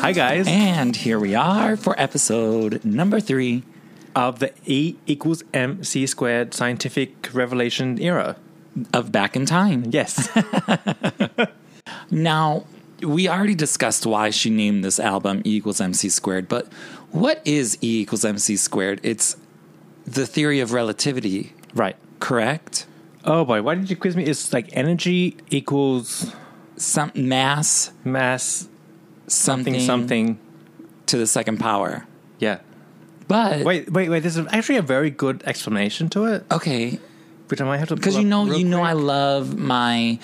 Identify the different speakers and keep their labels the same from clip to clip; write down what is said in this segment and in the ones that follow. Speaker 1: Hi, guys.
Speaker 2: And here we are for episode number three.
Speaker 1: of the E equals MC squared scientific revelation era.
Speaker 2: of Back in Time.
Speaker 1: Yes.
Speaker 2: Now, we already discussed why she named this album E equals MC squared, but what is E equals MC squared? It's the theory of relativity,
Speaker 1: right.
Speaker 2: correct?
Speaker 1: Oh, boy. Why did you quiz me? It's like energy equals
Speaker 2: Some mass,
Speaker 1: mass,
Speaker 2: something,
Speaker 1: something, something.
Speaker 2: to the second power.
Speaker 1: Yeah.
Speaker 2: But
Speaker 1: Wait, wait, wait. This is actually a very good explanation to it,
Speaker 2: okay,
Speaker 1: which I might have to
Speaker 2: because
Speaker 1: pull
Speaker 2: you
Speaker 1: up
Speaker 2: know,
Speaker 1: real
Speaker 2: you know,
Speaker 1: quick.
Speaker 2: I love my,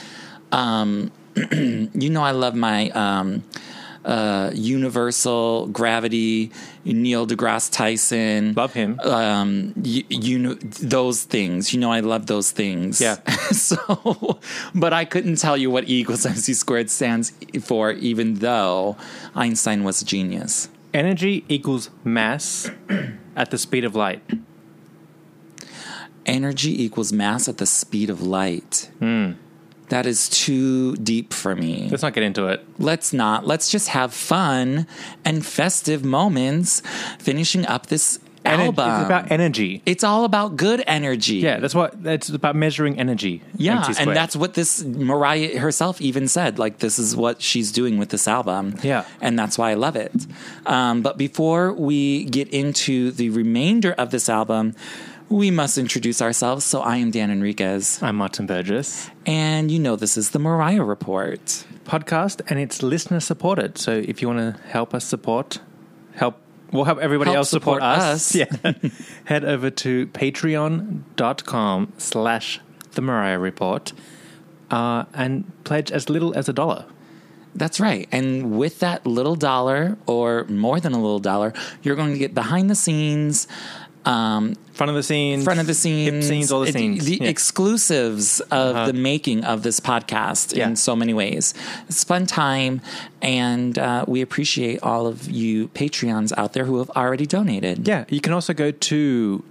Speaker 2: um, you know, I love my um, uh, universal gravity, Neil deGrasse Tyson,
Speaker 1: love him.
Speaker 2: um you, you know those things you know i love those things
Speaker 1: Yeah.
Speaker 2: so but i couldn't tell you what e equals mc squared stands for even though einstein was a genius
Speaker 1: energy equals mass at the speed of light.
Speaker 2: energy equals mass at the speed of light
Speaker 1: Hmm.
Speaker 2: that is too deep for me
Speaker 1: Let's not get into it.
Speaker 2: let's not let's just have fun and festive moments finishing up this
Speaker 1: Ener-
Speaker 2: album
Speaker 1: It's about energy.
Speaker 2: It's all about good energy
Speaker 1: Yeah, that's what. That's about measuring energy.
Speaker 2: Yeah,
Speaker 1: MC
Speaker 2: and
Speaker 1: squared.
Speaker 2: that's what this Mariah herself even said. Like, this is what she's doing with this album.
Speaker 1: Yeah.
Speaker 2: And that's why I love it. Um, but before we get into the remainder of this album, we must introduce ourselves. So I am Dan Enriquez,
Speaker 1: I'm Martin Burgess.
Speaker 2: and you know this is the Mariah Report.
Speaker 1: podcast and it's listener supported. So if you want to help us support, help we'll help everybody
Speaker 2: Help
Speaker 1: else support,
Speaker 2: support
Speaker 1: us.
Speaker 2: us.
Speaker 1: Yeah. Head over to patreon.com slash the Mariah Report uh, and pledge as little as a dollar.
Speaker 2: That's right. And with that little dollar, or more than a little dollar, you're going to get behind the scenes. Um,
Speaker 1: Front of the scenes.
Speaker 2: front of the scenes,
Speaker 1: Hip scenes, all the
Speaker 2: it-
Speaker 1: scenes.
Speaker 2: the
Speaker 1: Yeah. Uh-huh.
Speaker 2: exclusives of the making of this podcast
Speaker 1: Yeah.
Speaker 2: in so many ways. It's a fun time, and uh, we appreciate all of you Patreons out there who have already donated.
Speaker 1: yeah, you can also go to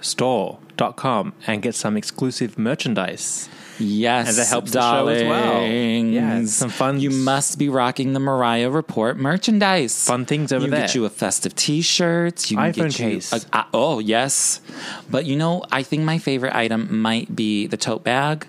Speaker 1: mariahreportstore.com and get some exclusive merchandise.
Speaker 2: Yes,
Speaker 1: And that helps the show as well.
Speaker 2: darlings.
Speaker 1: Yeah, some fun-
Speaker 2: You must be rocking the Mariah Report merchandise.
Speaker 1: Fun things over
Speaker 2: you
Speaker 1: there.
Speaker 2: get you a festive T-shirt. You can
Speaker 1: iPhone
Speaker 2: get you
Speaker 1: case.
Speaker 2: a- a- oh yes, but you know, I think my favorite item might be the tote bag.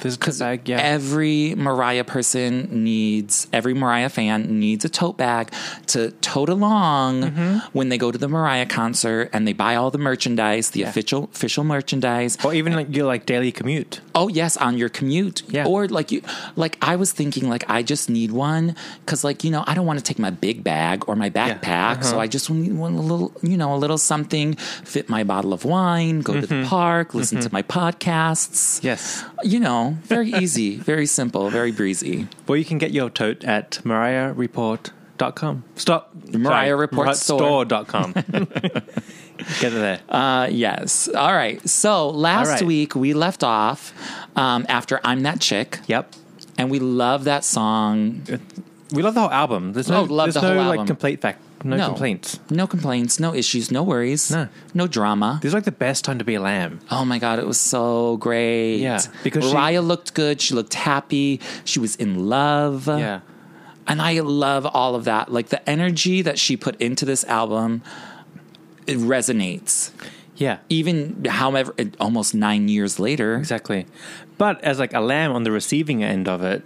Speaker 1: There's a bag, yeah.
Speaker 2: Every Mariah person needs, every Mariah fan needs a tote bag to tote along
Speaker 1: Mm-hmm.
Speaker 2: when they go to the Mariah concert and they buy all the merchandise, the official official merchandise.
Speaker 1: or even like your like daily commute.
Speaker 2: Oh yes, on your commute.
Speaker 1: Yeah.
Speaker 2: Or like you, like I was thinking, like I just need one because, like you know, I don't want to take my big bag or my backpack,
Speaker 1: Uh-huh.
Speaker 2: so I just need one little, you know, a little something. Fit my bottle of wine, go to the park, listen to my podcasts.
Speaker 1: Mm-hmm. Yes.
Speaker 2: You know, very easy, very simple, very breezy.
Speaker 1: Well, you can get your tote at mariahreport.com. Stop.
Speaker 2: Mariah Report Store.
Speaker 1: Store.com. get it there.
Speaker 2: Uh, yes. All right. So last
Speaker 1: All right.
Speaker 2: week we left off um, after I'm That Chick.
Speaker 1: yep.
Speaker 2: And we love that song.
Speaker 1: We love the whole album. There's no,
Speaker 2: Oh, love
Speaker 1: there's
Speaker 2: the
Speaker 1: no
Speaker 2: whole
Speaker 1: like
Speaker 2: album.
Speaker 1: complaint fact. No,
Speaker 2: No.
Speaker 1: complaints.
Speaker 2: No complaints, no issues, no worries,
Speaker 1: No.
Speaker 2: no drama.
Speaker 1: This is like the best time to be a lamb.
Speaker 2: Oh my God, it was so great.
Speaker 1: Yeah, because she-
Speaker 2: Mariah looked good. She looked happy. She was in love.
Speaker 1: Yeah.
Speaker 2: And I love all of that. Like the energy that she put into this album it resonates.
Speaker 1: Yeah. E-,
Speaker 2: Even however, it- almost nine years later.
Speaker 1: Exactly. But as like a lamb on the receiving end of it,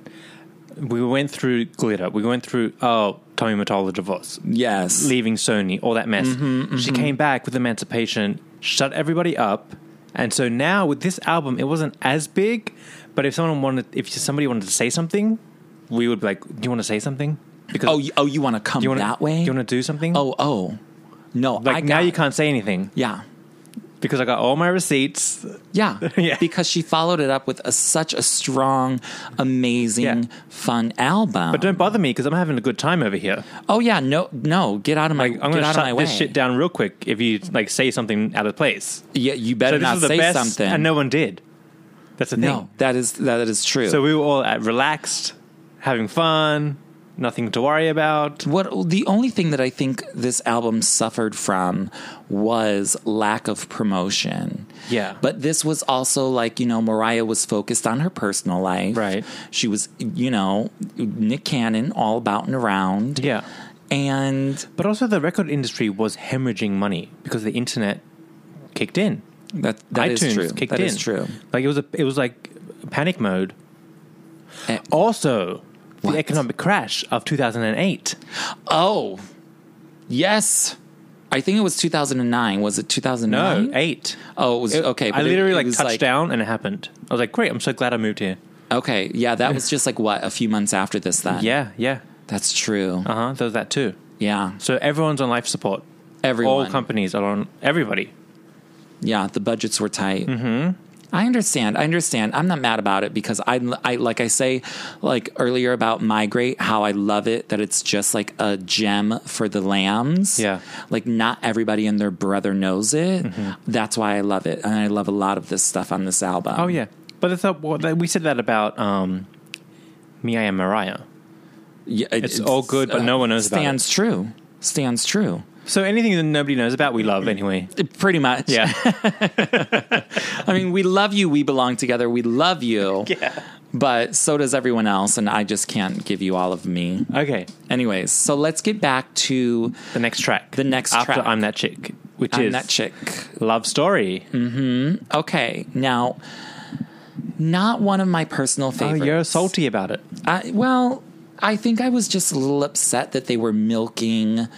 Speaker 1: we went through glitter. We went through oh Tommy Mottola divorce,
Speaker 2: Yes. Mm-hmm,
Speaker 1: leaving Sony, all that mess. She came back with Emancipation, shut everybody up, and so now with this album, it wasn't as big. But if someone wanted, if somebody wanted to say something, we would be like, "Do you want to say something?" Because
Speaker 2: Oh, you, oh, you want to come
Speaker 1: you wanna-
Speaker 2: that way?
Speaker 1: Do you want to do something?
Speaker 2: oh, oh, no.
Speaker 1: like
Speaker 2: I
Speaker 1: now
Speaker 2: got-
Speaker 1: you can't say anything
Speaker 2: Yeah.
Speaker 1: because I got all my receipts.
Speaker 2: Yeah,
Speaker 1: Yeah.
Speaker 2: because she followed it up with a, such a strong, amazing,
Speaker 1: Yeah.
Speaker 2: fun album.
Speaker 1: But don't bother me because I'm having a good time over here.
Speaker 2: oh yeah, no, no, get out of my,
Speaker 1: Like, I'm
Speaker 2: get
Speaker 1: going to
Speaker 2: out of my
Speaker 1: shut
Speaker 2: way.
Speaker 1: this shit down real quick if you like say something out of place.
Speaker 2: Yeah, you
Speaker 1: So
Speaker 2: better
Speaker 1: this
Speaker 2: not
Speaker 1: is the
Speaker 2: say
Speaker 1: best,
Speaker 2: something.
Speaker 1: and no one did. That's the thing.
Speaker 2: no, that is that is true.
Speaker 1: So we were all at relaxed, having fun, nothing to worry about.
Speaker 2: what the only thing that I think this album suffered from was lack of promotion.
Speaker 1: Yeah.
Speaker 2: But this was also like, you know, Mariah was focused on her personal life.
Speaker 1: Right.
Speaker 2: She was, you know, Nick Cannon all about and around.
Speaker 1: Yeah.
Speaker 2: And
Speaker 1: But also, the record industry was hemorrhaging money because the internet kicked in.
Speaker 2: that that is
Speaker 1: iTunes
Speaker 2: true.
Speaker 1: kicked
Speaker 2: That
Speaker 1: in.
Speaker 2: is true.
Speaker 1: Like it was a, it was like panic mode.
Speaker 2: Eh,
Speaker 1: Also,
Speaker 2: What?
Speaker 1: the economic crash of 2008.
Speaker 2: Oh. Yes. I think it was 2009. Was it 2009?
Speaker 1: No, eight.
Speaker 2: Oh, it was okay.
Speaker 1: I
Speaker 2: but it-
Speaker 1: literally
Speaker 2: it
Speaker 1: like
Speaker 2: was,
Speaker 1: touched down and it happened. I was like, great, I'm so glad I moved here.
Speaker 2: Okay, yeah, that was just like what a few months after this. Then,
Speaker 1: Yeah, yeah.
Speaker 2: that's true.
Speaker 1: Uh huh. There was that too.
Speaker 2: Yeah,
Speaker 1: So everyone's on life support. All
Speaker 2: everyone.
Speaker 1: companies are on everybody.
Speaker 2: yeah, the budgets were tight. Mm-hmm. I understand. I understand. I'm not mad about it because I, I like I say, like earlier about migrate, how I love it that it's just like a gem for the lambs.
Speaker 1: Yeah.
Speaker 2: like not everybody and their brother knows it. That's why I love it, and I love a lot of this stuff on this album.
Speaker 1: Mm-hmm. Oh yeah. But it's not, well, that- we said that about um, Mia and Mariah.
Speaker 2: yeah it- uh,
Speaker 1: it's all good, but no one knows about it.
Speaker 2: Stands true. Stands true.
Speaker 1: So anything that nobody knows about, we love anyway.
Speaker 2: Pretty much.
Speaker 1: Yeah.
Speaker 2: I mean, we love you. We belong together. We love you.
Speaker 1: Yeah.
Speaker 2: But so does everyone else. And I just can't give you all of me.
Speaker 1: okay.
Speaker 2: Anyways, so let's get back to
Speaker 1: The next track.
Speaker 2: The next
Speaker 1: after
Speaker 2: track.
Speaker 1: I'm that chick, which
Speaker 2: I'm
Speaker 1: is
Speaker 2: That Chick.
Speaker 1: love story.
Speaker 2: Okay. Now, not one of my personal
Speaker 1: Oh,
Speaker 2: favorites.
Speaker 1: you're salty about it.
Speaker 2: I, well, I think I was just a little upset that they were milking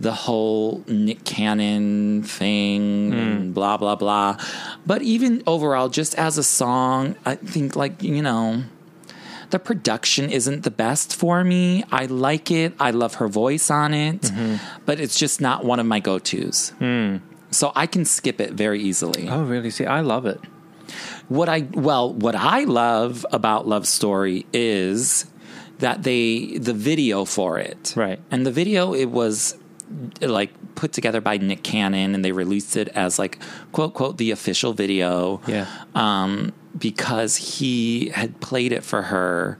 Speaker 2: the whole Nick Cannon thing and blah blah blah. But even overall, just as a song, I think like you know. The production isn't the best for me. I like it. I love her voice on it, but it's just not one of my go tos. So I can skip it very easily.
Speaker 1: Oh really? See, I love it.
Speaker 2: What I well, what I love about Love Story is that they the video for it.
Speaker 1: Right.
Speaker 2: And the video it was like put together by Nick Cannon and they released it as like quote quote the official video.
Speaker 1: Yeah.
Speaker 2: Um because he had played it for her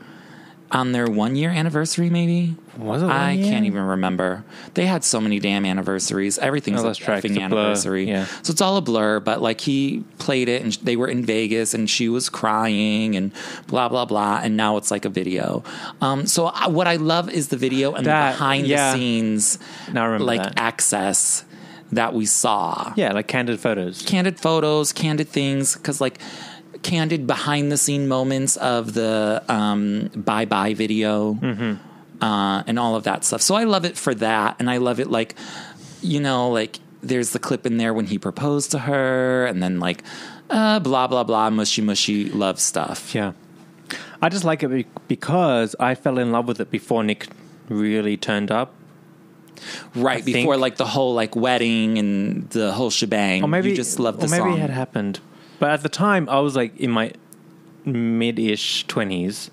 Speaker 2: on their one year anniversary, maybe.
Speaker 1: Was it one
Speaker 2: I can't
Speaker 1: year?
Speaker 2: even remember. They had so many damn anniversaries. Everything's
Speaker 1: Oh,
Speaker 2: a
Speaker 1: that's right. It's
Speaker 2: effing
Speaker 1: a blur.
Speaker 2: anniversary.
Speaker 1: Yeah.
Speaker 2: So it's all a blur, but like he played it and sh- they were in Vegas and she was crying and blah, blah, blah. And now it's like a video. Um, so I, what I love is the video and
Speaker 1: That-
Speaker 2: the behind
Speaker 1: yeah.
Speaker 2: the scenes,
Speaker 1: Now I remember
Speaker 2: like
Speaker 1: that.
Speaker 2: access that we saw.
Speaker 1: Yeah, like candid photos.
Speaker 2: Candid photos, candid things, because like candid behind the scene moments of the um, bye bye video
Speaker 1: Mm-hmm.
Speaker 2: uh, and all of that stuff. So I love it for that. And I love it like, you know, like there's the clip in there when he proposed to her and then like uh, blah, blah, blah, mushy, mushy love stuff.
Speaker 1: Yeah. I just like it be- because I fell in love with it before Nick really turned up.
Speaker 2: Right
Speaker 1: think-
Speaker 2: before like the whole like wedding and the whole shebang.
Speaker 1: Or maybe
Speaker 2: you just love the
Speaker 1: or maybe
Speaker 2: song.
Speaker 1: it had happened. But at the time, I was like in my mid-ish twenties.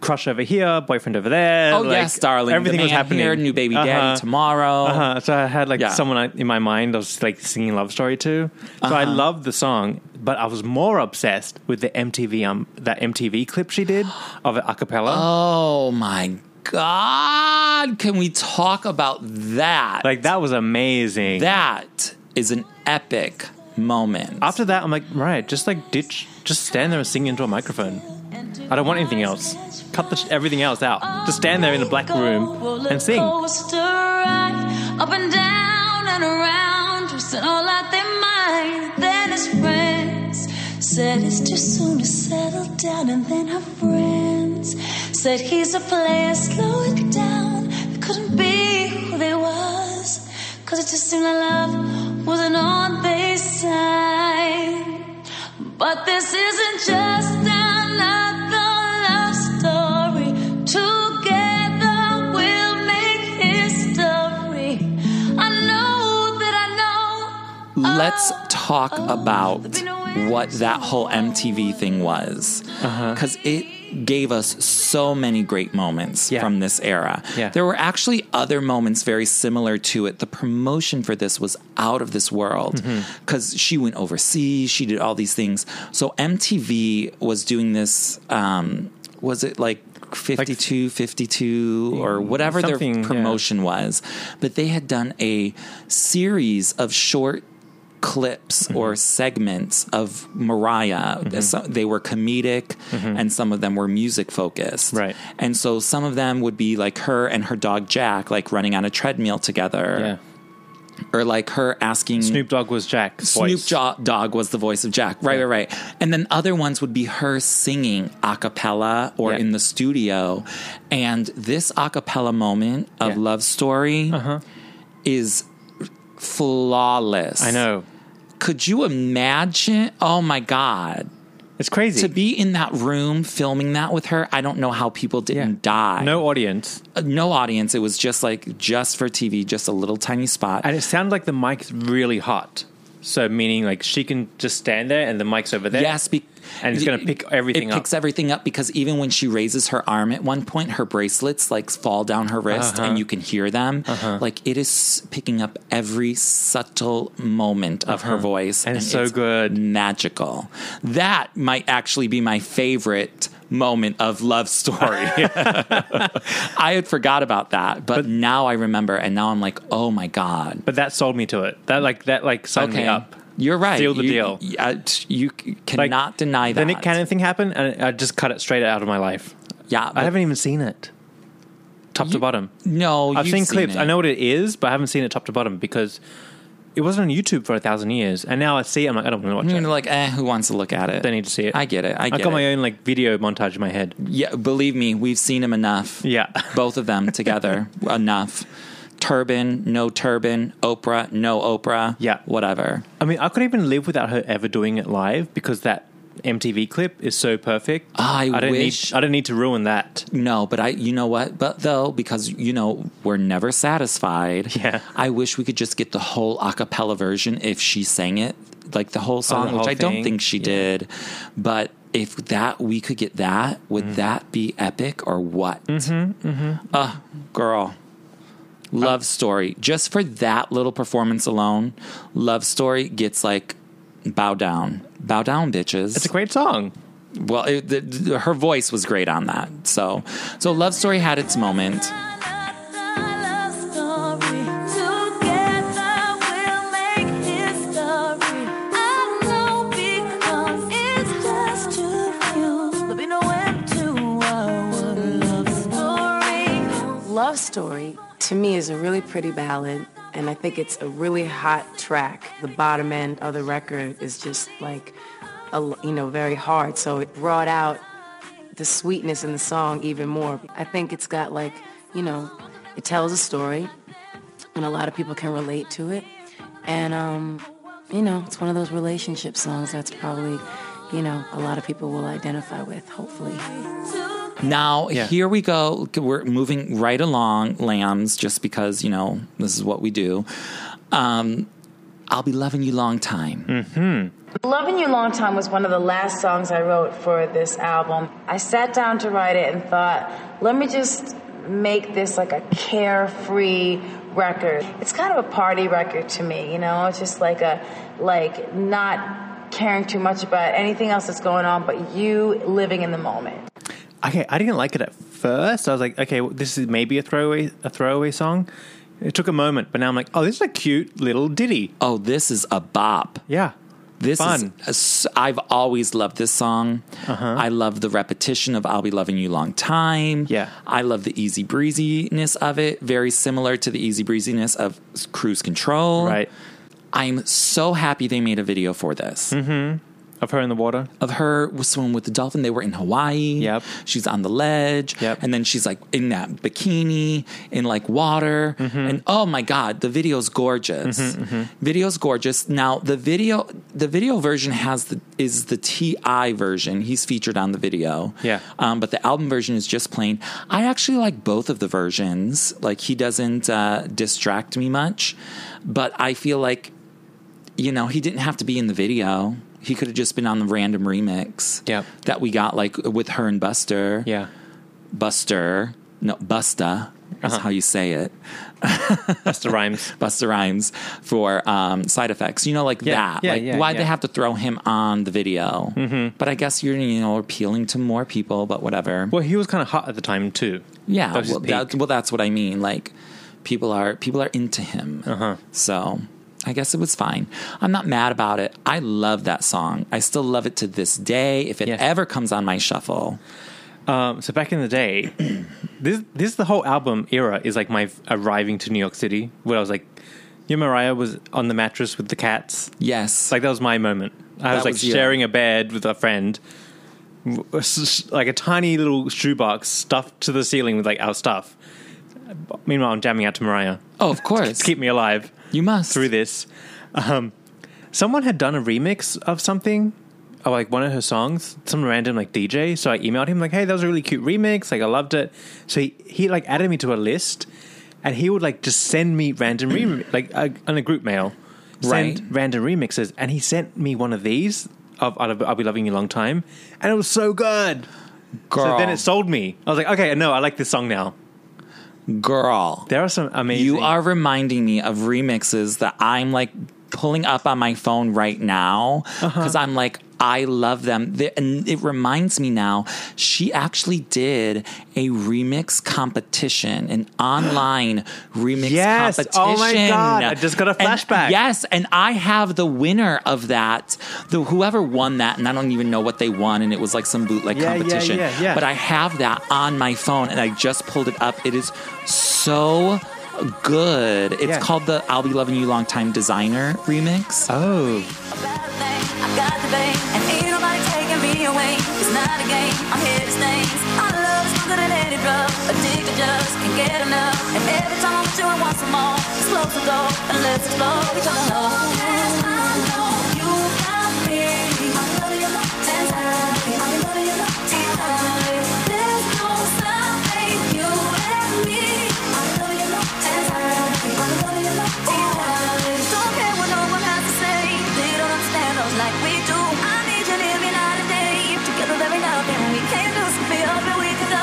Speaker 1: Crush over here, boyfriend over there.
Speaker 2: oh,
Speaker 1: like,
Speaker 2: yes, darling.
Speaker 1: Everything
Speaker 2: the
Speaker 1: was
Speaker 2: man
Speaker 1: happening.
Speaker 2: Here, new baby daddy
Speaker 1: Uh-huh.
Speaker 2: tomorrow.
Speaker 1: Uh-huh. So I had like
Speaker 2: Yeah.
Speaker 1: someone I, in my mind I was like singing love story to. So
Speaker 2: Uh-huh.
Speaker 1: I loved the song, but I was more obsessed with the MTV um that MTV clip she did of it a cappella.
Speaker 2: Oh my God. Can we talk about that?
Speaker 1: like that was amazing.
Speaker 2: that is an epic moment.
Speaker 1: After that, I'm like, right, just like ditch, just stand there and sing into a microphone. I don't want anything else. Cut the sh- everything else out. Just stand there in a black room and sing.
Speaker 3: Up and down and around. So all I think mine, then his friends said it's too soon to settle down, and then her friends said he's a player, slow it down. They couldn't be who they was, cause it just seemed like love wasn't on their side. But this isn't just another love story. Together we'll make history. I know that I know.
Speaker 2: Let's talk about
Speaker 3: Oh.
Speaker 2: what that whole MTV thing was.
Speaker 1: Uh-huh.
Speaker 2: Because it gave us so many great moments
Speaker 1: Yeah.
Speaker 2: from this era.
Speaker 1: Yeah.
Speaker 2: There were actually other moments very similar to it. The promotion for this was out of this world
Speaker 1: Mm-hmm.
Speaker 2: because she went overseas, she did all these things. So MTV was doing this, um, was it like 52, 52, or whatever
Speaker 1: Mm, Something,
Speaker 2: their
Speaker 1: yeah.
Speaker 2: promotion was? But they had done a series of short clips
Speaker 1: Mm-hmm.
Speaker 2: or segments of Mariah. So- they were comedic and some of them were music focused.
Speaker 1: Mm-hmm. Right.
Speaker 2: And so some of them would be like her and her dog Jack, like running on a treadmill
Speaker 1: Yeah.
Speaker 2: together. Or like her asking
Speaker 1: Snoop Dogg was Jack.
Speaker 2: Snoop
Speaker 1: voice.
Speaker 2: Jo- Dogg was the voice of Jack. Right,
Speaker 1: Yeah.
Speaker 2: right, right. And then other ones would be her singing a cappella or
Speaker 1: Yeah.
Speaker 2: in the studio. And this a cappella moment of
Speaker 1: Yeah. Uh-huh.
Speaker 2: Love Story is flawless.
Speaker 1: I know.
Speaker 2: Could you imagine? Oh my God.
Speaker 1: It's crazy.
Speaker 2: To be in that room filming that with her, I don't know how people didn't
Speaker 1: Yeah.
Speaker 2: die.
Speaker 1: no audience.
Speaker 2: Uh, no audience. It was just like just for TV, just a little tiny spot.
Speaker 1: And it sounded like the mic's really hot. So meaning like she can just stand there and the mic's over there.
Speaker 2: Yes, be-
Speaker 1: And it's gonna
Speaker 2: it-
Speaker 1: pick everything
Speaker 2: It
Speaker 1: up.
Speaker 2: picks everything up because even when she raises her arm at one point, her bracelets like fall down her wrist,
Speaker 1: Uh-huh.
Speaker 2: and you can hear them. Like it is picking up every subtle moment of her voice,
Speaker 1: Uh-huh. And it's so good.
Speaker 2: magical. That might actually be my favorite moment of love story. I had forgot about that, but, now I remember, and now I'm like, oh my god.
Speaker 1: But that sold me to it. That like that like signed me up.
Speaker 2: You're right.
Speaker 1: Seal the
Speaker 2: You-
Speaker 1: deal.
Speaker 2: yeah, t- You, c-
Speaker 1: Like,
Speaker 2: cannot deny that.
Speaker 1: The Nick Cannon thing happened and I just cut it straight out of my life.
Speaker 2: Yeah,
Speaker 1: I haven't even seen it. Top to bottom.
Speaker 2: No,
Speaker 1: I've
Speaker 2: you've
Speaker 1: seen clips.
Speaker 2: it.
Speaker 1: I know what it is, but I haven't seen it top to bottom because it wasn't on YouTube for a thousand years. And now I see it, I'm like, I don't want to watch
Speaker 2: You're
Speaker 1: it.
Speaker 2: like, eh, who wants to look at it?
Speaker 1: They need to see it.
Speaker 2: I get it. I get
Speaker 1: got
Speaker 2: it.
Speaker 1: my own like video montage in my head.
Speaker 2: Yeah, believe me, we've seen him enough.
Speaker 1: Yeah.
Speaker 2: both of them together enough. Turban, no turban. Oprah, no Oprah.
Speaker 1: Yeah.
Speaker 2: whatever.
Speaker 1: I mean, I could even live without her ever doing it live because that MTV clip is so perfect.
Speaker 2: I
Speaker 1: don't
Speaker 2: wish-
Speaker 1: need I don't need to ruin that.
Speaker 2: No, but I, you know what? But though, because you know we're never satisfied.
Speaker 1: Yeah.
Speaker 2: I wish we could just get the whole a cappella version if she sang it, like the whole song,
Speaker 1: whole
Speaker 2: which I don't
Speaker 1: thing?
Speaker 2: think she did. But if that we could get that, would
Speaker 1: Mm-hmm.
Speaker 2: that be epic or what? Mm-hmm, Uh, girl. Love story. Just for that little performance alone, love story gets like bow down, bow down, bitches
Speaker 1: It's a great song.
Speaker 2: well it, the, the, her voice was great on that so so love story had its moment
Speaker 4: Love Story to me is a really pretty ballad, and I think it's a really hot track. The bottom end of the record is just like, a, l- you know, very hard. So it brought out the sweetness in the song even more. I think it's got like, you know, it tells a story, and a lot of people can relate to it. And, um, you know, it's one of those relationship songs that's probably, you know, a lot of people will identify with, hopefully.
Speaker 2: now
Speaker 1: Yeah.
Speaker 2: here we go we're moving right along lambs just because you know this is what we do um i'll be loving you long time
Speaker 1: Hmm.
Speaker 4: Loving You Long Time was one of the last songs I wrote for this album. I sat down to write it and thought, let me just make this like a carefree record. It's kind of a party record to me, you know? It's just like a, like, not caring too much about anything else that's going on, but you living in the moment.
Speaker 1: Okay, I didn't like it at first. I was like, okay, well, this is maybe a throwaway a throwaway song. It took a moment, but now I'm like, oh, this is a cute little ditty.
Speaker 2: oh this is a bop
Speaker 1: Yeah.
Speaker 2: This
Speaker 1: Fun. Uh-huh.
Speaker 2: is I've always loved this song. I love the repetition of "I'll be loving you long time."
Speaker 1: Yeah.
Speaker 2: I love the easy breeziness of it. Very similar to the easy breeziness of Cruise Control.
Speaker 1: Right.
Speaker 2: I'm so happy they made a video for this
Speaker 1: Mm-hmm. of her in the water.
Speaker 2: of her was swimming with the dolphin. They were in Hawaii.
Speaker 1: Yep.
Speaker 2: She's on the ledge.
Speaker 1: Yep.
Speaker 2: And then she's like in that bikini in like water.
Speaker 1: Mm-hmm.
Speaker 2: And oh my God, the video's gorgeous. Video's gorgeous. Now the video the video version has the is the TI version. He's featured on the video.
Speaker 1: Yeah.
Speaker 2: Um, but the album version is just plain. I actually like both of the versions. Like he doesn't uh, distract me much, but I feel like you know, he didn't have to be in the video. He could have just been on the random remix
Speaker 1: Yep.
Speaker 2: that we got, like with her and Buster.
Speaker 1: Yeah.
Speaker 2: Buster, no, Busta
Speaker 1: Uh-huh.
Speaker 2: is how you say it.
Speaker 1: That's the rhymes.
Speaker 2: Busta Rhymes for um, side effects. You know, like
Speaker 1: Yeah,
Speaker 2: that.
Speaker 1: yeah,
Speaker 2: like,
Speaker 1: yeah, yeah.
Speaker 2: why'd
Speaker 1: Mm-hmm.
Speaker 2: they have to throw him on the video? But I guess you're, you know, appealing to more people, but whatever.
Speaker 1: Well, he was kind of hot at the time too.
Speaker 2: yeah.
Speaker 1: that was his
Speaker 2: Well, that,
Speaker 1: peak.
Speaker 2: well, that's what I mean. Like, people are people are into him.
Speaker 1: Uh-huh.
Speaker 2: So I guess it was fine. I'm not mad about it. I love that song. I still love it to this day. If it
Speaker 1: Yes.
Speaker 2: ever comes on my shuffle,
Speaker 1: Um, so back in the day, this this the whole album era is like my arriving to New York City, where I was like, you know, Mariah was on the mattress with the cats.
Speaker 2: yes,
Speaker 1: Like that was my moment. I
Speaker 2: That
Speaker 1: was like
Speaker 2: was your-
Speaker 1: sharing a bed with a friend, w- s- s- like a tiny little shoebox stuffed to the ceiling with like our stuff. Meanwhile, I'm jamming out to Mariah
Speaker 2: oh, of course,
Speaker 1: to keep me alive
Speaker 2: you must.
Speaker 1: through this. Um, someone had done a remix of something, of like one of her songs, some random like DJ. So I emailed him like, "Hey, that was a really cute remix. Like, I loved it." So he, he like added me to a list, and he would like just send me random remix like uh, on a group mail, send
Speaker 2: Right.
Speaker 1: random remixes, and he sent me one of these of "I'll I'll be loving you a long time," and it was so good.
Speaker 2: girl,
Speaker 1: So then it sold me. I was like, okay, no, I like this song now.
Speaker 2: girl.
Speaker 1: There are some amazing.
Speaker 2: You are reminding me of remixes that I'm like pulling up on my phone right now
Speaker 1: Uh-huh.
Speaker 2: because I'm like, I love them. The- And it reminds me now, she actually did a remix competition, an online remix
Speaker 1: Yes.
Speaker 2: competition.
Speaker 1: Oh my God. I just got a
Speaker 2: And-
Speaker 1: flashback.
Speaker 2: yes. And I have the winner of that, the whoever won that, and I don't even know what they won. And it was like some bootleg
Speaker 1: Yeah, yeah,
Speaker 2: competition.
Speaker 1: yeah, yeah.
Speaker 2: But I have that on my phone and I just pulled it up. It is so good. It's
Speaker 1: Yeah.
Speaker 2: called the I'll Be Loving You Long Time Designer remix.
Speaker 1: Oh,
Speaker 3: bad thing. I've got the vein, and ain't nobody taking me away. It's not a game, I'm here to stay. Our love is stronger than any drug. Addicted, just can't get enough. And every time I'm with you, I want some more. Slow to go, and let's explore each other. Love. There's no stopping you and me. I love you long time. I love you long time. Don't care what no one has to say. They don't understand us like we do. I need you near me night and day. Together there ain't nothing we can't do. So feel that we can go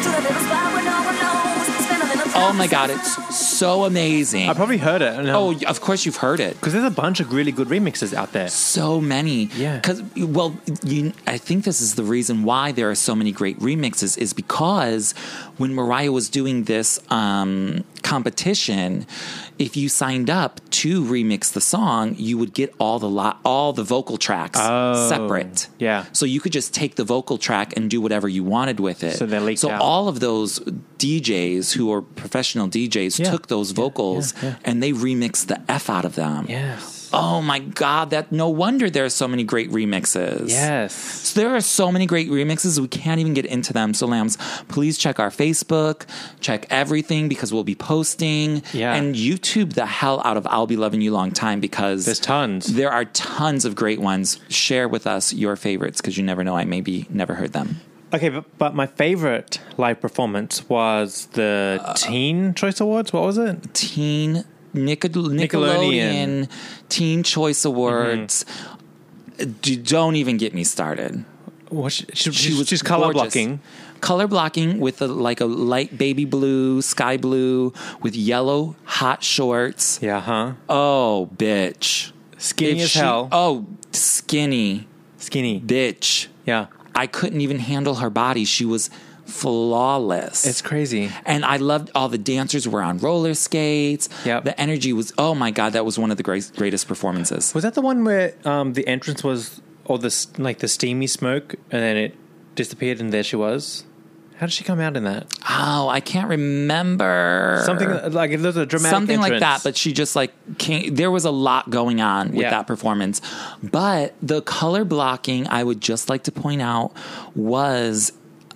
Speaker 3: to that little spot where no one knows. Spend a little time
Speaker 2: Oh my God, it's so amazing.
Speaker 1: I probably heard it. and, um,
Speaker 2: Oh, of course you've heard it.
Speaker 1: Because there's a bunch of really good remixes out there.
Speaker 2: So many.
Speaker 1: Yeah.
Speaker 2: Because, well, you, I think this is the reason why there are so many great remixes, is because when Mariah was doing this um, competition, if you signed up to remix the song, you would get all the lot, all the vocal tracks
Speaker 1: Oh,
Speaker 2: separate.
Speaker 1: yeah.
Speaker 2: So you could just take the vocal track and do whatever you wanted with it.
Speaker 1: So they're leaked
Speaker 2: So
Speaker 1: out.
Speaker 2: all of those DJs who are professional DJs
Speaker 1: Yeah.
Speaker 2: took those
Speaker 1: Yeah, yeah,
Speaker 2: vocals
Speaker 1: yeah.
Speaker 2: and they remixed the F out of them.
Speaker 1: Yes.
Speaker 2: Oh my God, that no wonder there are so many great remixes.
Speaker 1: Yes.
Speaker 2: So there are so many great remixes, we can't even get into them. So, Lambs, please check our Facebook, check everything because we'll be posting.
Speaker 1: Yeah.
Speaker 2: And YouTube the hell out of I'll Be Loving You Long Time because
Speaker 1: There's tons.
Speaker 2: There are tons of great ones. Share with us your favorites because you never know. I maybe never heard them.
Speaker 1: Okay, but, but my favorite live performance was the
Speaker 2: Uh,
Speaker 1: Teen Choice Awards. What was it?
Speaker 2: Teen Nickel- Nickelodeon,
Speaker 1: Nickelodeon.
Speaker 2: Teen Choice Awards.
Speaker 1: Mm-hmm.
Speaker 2: D- don't even get me started.
Speaker 1: What she, she,
Speaker 2: she
Speaker 1: she's-
Speaker 2: was
Speaker 1: she's color
Speaker 2: gorgeous.
Speaker 1: blocking.
Speaker 2: color blocking with a, like a light baby blue sky blue with yellow hot shorts
Speaker 1: Yeah, huh?
Speaker 2: oh bitch
Speaker 1: Skinny
Speaker 2: If
Speaker 1: as
Speaker 2: she-
Speaker 1: hell.
Speaker 2: oh skinny
Speaker 1: Skinny.
Speaker 2: bitch
Speaker 1: Yeah.
Speaker 2: i couldn't even handle her body she was flawless
Speaker 1: It's crazy.
Speaker 2: and I loved all the dancers were on roller skates.
Speaker 1: Yep.
Speaker 2: The energy was, oh my God, that was one of the great, greatest performances.
Speaker 1: Was that the one where um, the entrance was all this like the steamy smoke and then it disappeared and there she was? How did she come out in that?
Speaker 2: Oh, I can't remember.
Speaker 1: Something like if there's a dramatic
Speaker 2: something like that.
Speaker 1: entrance.
Speaker 2: But she just like came, there was a lot going on with
Speaker 1: Yeah.
Speaker 2: that performance. But the color blocking, I would just like to point out, was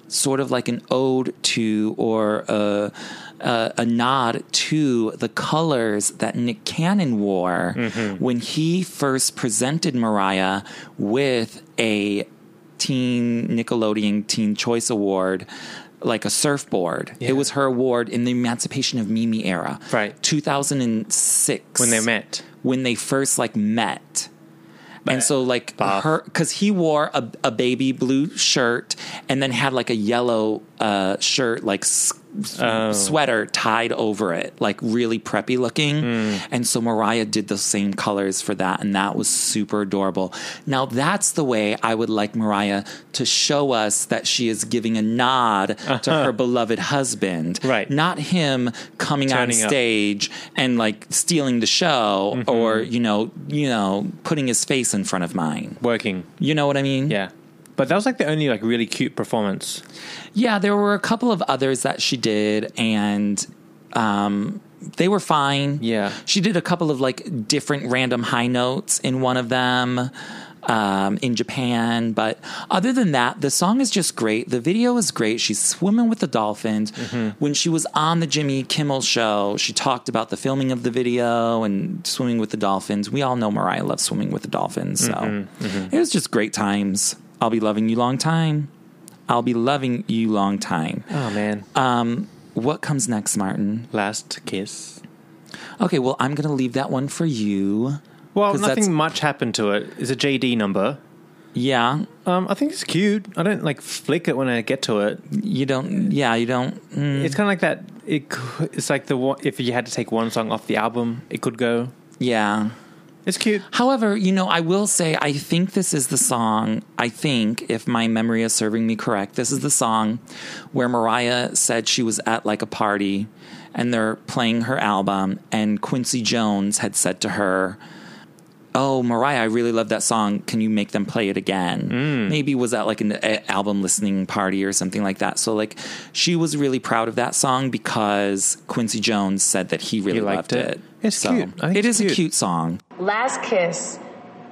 Speaker 2: sort of like an ode to or a, a, a nod to the colors that Nick Cannon wore
Speaker 1: Mm-hmm.
Speaker 2: when he first presented Mariah with a teen Nickelodeon Teen Choice Award. Like a surfboard.
Speaker 1: Yeah.
Speaker 2: It was her award in the Emancipation of Mimi era.
Speaker 1: Right.
Speaker 2: 2006
Speaker 1: when they met.
Speaker 2: when they first like met and so like
Speaker 1: Bah.
Speaker 2: her because he wore a, a baby blue shirt and then had like a yellow uh shirt like s-
Speaker 1: Oh.
Speaker 2: sweater tied over it like really preppy looking
Speaker 1: Hmm.
Speaker 2: and so mariah did the same colors for that and that was super adorable now that's the way i would like mariah to show us that she is giving a nod to her beloved husband
Speaker 1: Uh-huh. Right.
Speaker 2: not him coming on
Speaker 1: Turning up. Mm-hmm.
Speaker 2: stage and like stealing the show or you know you know putting his face in front of mine
Speaker 1: Working.
Speaker 2: you know what i mean
Speaker 1: Yeah. But that was like the only like really cute performance.
Speaker 2: yeah there were a couple of others that she did and um they were fine
Speaker 1: Yeah.
Speaker 2: she did a couple of like different random high notes in one of them um, in Japan, but other than that, the song is just great. The video is great. She's swimming with the dolphins. When she was on the Jimmy Kimmel show, she talked about the filming of the video and swimming with the dolphins. We all know Mariah loves swimming with the dolphins, so it was just great times. I'll be loving you long time. I'll be loving you long time.
Speaker 1: Oh man.
Speaker 2: Uh, What comes next, Martin?
Speaker 1: Last kiss.
Speaker 2: Okay, well, I'm going to leave that one for you.
Speaker 1: Well,
Speaker 2: 'Cause that's-
Speaker 1: nothing much happened to it. It's a JD number.
Speaker 2: Yeah,
Speaker 1: Um, I think it's cute. I don't like flick it when I get to it.
Speaker 2: you don't. Yeah, you don't. mm,
Speaker 1: It's kind of like that. It c- it's like the one, if you had to take one song off the album, it could go.
Speaker 2: Yeah.
Speaker 1: It's cute.
Speaker 2: However, you know, I will say, I think this is the song. I think, if my memory is serving me correct, this is the song where Mariah said she was at like a party and they're playing her album, and Quincy Jones had said to her, Oh, Mariah, I really love that song. Can you make them play it again?
Speaker 1: Mm.
Speaker 2: Maybe was that like an a, album listening party or something like that. So like she was really proud of that song because Quincy Jones said that he really
Speaker 1: liked
Speaker 2: loved
Speaker 1: it.
Speaker 2: it.
Speaker 1: It's
Speaker 2: so,
Speaker 1: cute. I think
Speaker 2: it
Speaker 1: it's
Speaker 2: is
Speaker 1: cute.
Speaker 2: a cute song.
Speaker 5: Last Kiss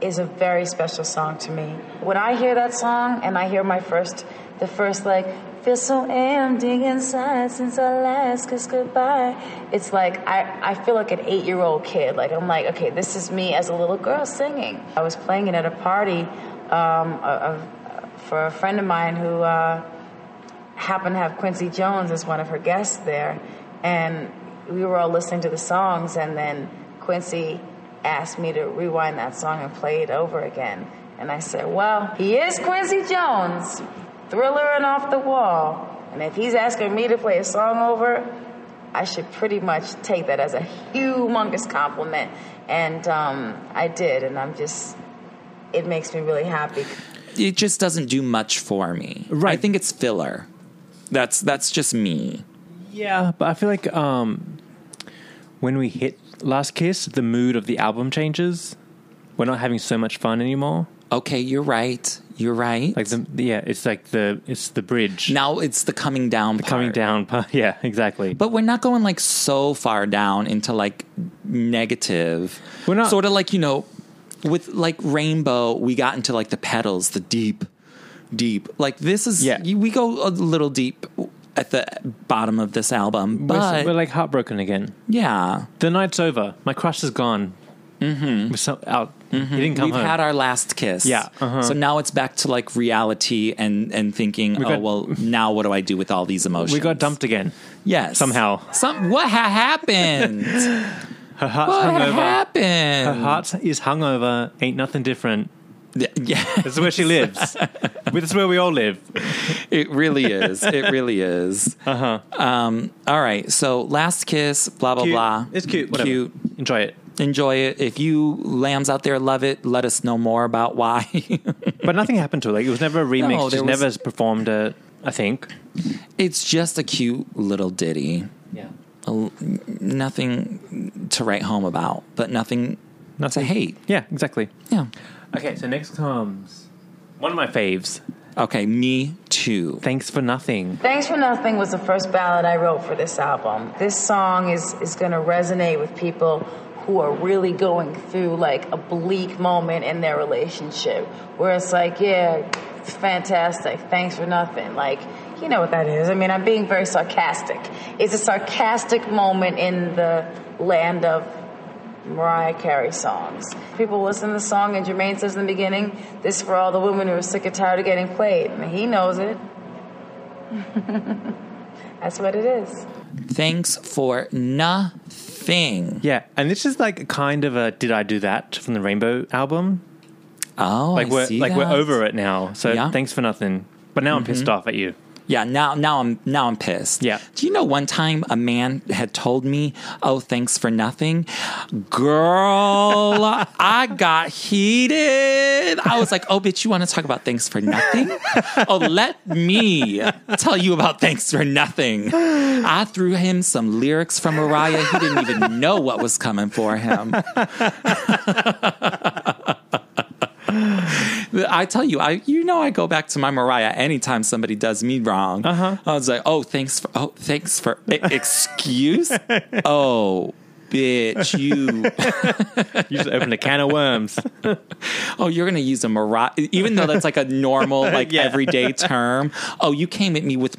Speaker 5: is a very special song to me. When I hear that song and I hear my first, the first like, feel so empty inside since our last kiss goodbye. It's like, I, I feel like an eight year old kid. Like, I'm like, okay, this is me as a little girl singing. I was playing it at a party um, a, a, for a friend of mine who, uh, happened to have Quincy Jones as one of her guests there, and we were all listening to the songs, and then Quincy asked me to rewind that song and play it over again. And I said, Well, he is Quincy Jones, thriller and off the wall. And if he's asking me to play a song over, I should pretty much take that as a humongous compliment. And um, I did, and I'm just, it makes me really happy.
Speaker 2: it just doesn't do much for me.
Speaker 1: Right.
Speaker 2: I think it's filler. That's that's just me.
Speaker 1: Yeah, but I feel like um, when we hit Last Kiss, the mood of the album changes. We're not having so much fun anymore.
Speaker 2: Okay, you're right. You're right.
Speaker 1: Like the yeah, it's like the it's the bridge
Speaker 2: now it's the coming down part.
Speaker 1: coming down. part. Yeah, exactly.
Speaker 2: But we're not going like so far down into like negative.
Speaker 1: We're not-
Speaker 2: sort of like, you know, with like Rainbow, we got into like the petals, the deep, deep. Like this is
Speaker 1: Yeah.
Speaker 2: we go a little deep at the bottom of this album.
Speaker 1: We're-
Speaker 2: But
Speaker 1: we're like heartbroken again.
Speaker 2: yeah.
Speaker 1: The night's over. My crush is gone. Mm-hmm. We're so out. He didn't come
Speaker 2: We've
Speaker 1: home.
Speaker 2: had our last kiss.
Speaker 1: Uh-huh. Yeah, uh-huh.
Speaker 2: So now it's back to like reality and and thinking, oh
Speaker 1: got-
Speaker 2: well, now what do I do with all these emotions?
Speaker 1: we got dumped again.
Speaker 2: Yes.
Speaker 1: somehow.
Speaker 2: Some what ha- happened?
Speaker 1: Her heart's
Speaker 2: what
Speaker 1: hungover.
Speaker 2: happened?
Speaker 1: Her heart is hungover. Ain't nothing different.
Speaker 2: yeah,
Speaker 1: This is where she lives. this is where we all live.
Speaker 2: it really is. It really is. Uh huh. Um. All right. So last kiss. Blah blah
Speaker 1: Cute.
Speaker 2: blah.
Speaker 1: It's cute. Whatever.
Speaker 2: Cute.
Speaker 1: Enjoy it.
Speaker 2: Enjoy it. If you lambs out there love it, let us know more about why.
Speaker 1: But nothing happened to it. Like it was never a remix.
Speaker 2: No,
Speaker 1: She's
Speaker 2: there was-
Speaker 1: never performed it. I think.
Speaker 2: it's just a cute little ditty.
Speaker 1: Yeah.
Speaker 2: a- nothing to write home about, but nothing, not to hate.
Speaker 1: Yeah. Exactly.
Speaker 2: Yeah.
Speaker 1: Okay. So next comes one of my faves.
Speaker 2: Okay, me too.
Speaker 1: Thanks for nothing.
Speaker 5: Thanks for Nothing was the first ballad I wrote for this album. This song is, is going to resonate with people who are really going through like a bleak moment in their relationship where it's like, yeah, it's fantastic. Thanks for nothing. Like, you know what that is. I mean, I'm being very sarcastic. It's a sarcastic moment in the land of Mariah Carey songs. People listen to the song, and Jermaine says in the beginning, This is for all the women who are sick and tired of getting played. And he knows it. That's what it is.
Speaker 2: Thanks for nothing.
Speaker 1: Yeah, and this is like kind of a "Did I do that?" from the Rainbow album.
Speaker 2: Oh,
Speaker 1: Like
Speaker 2: I
Speaker 1: we're
Speaker 2: see
Speaker 1: like
Speaker 2: that.
Speaker 1: we're over it now. So
Speaker 2: Yeah.
Speaker 1: thanks for nothing. But now I'm pissed off at you.
Speaker 2: Yeah, now now I'm now I'm pissed.
Speaker 1: Yeah.
Speaker 2: Do you know one time a man had told me, "Oh, thanks for nothing." Girl, I got heated. I was like, "Oh, bitch, you want to talk about thanks for nothing? oh, let me tell you about thanks for nothing." I threw him some lyrics from Mariah. He didn't even know what was coming for him. I tell you, I you know I go back to my Mariah anytime somebody does me wrong. Uh-huh. I was like, oh, thanks for oh, thanks for e- excuse. oh, bitch, you
Speaker 1: You just opened a can of worms.
Speaker 2: oh, you're gonna use a Mariah, even though that's like a normal like
Speaker 1: Yeah.
Speaker 2: everyday term. Oh, you came at me with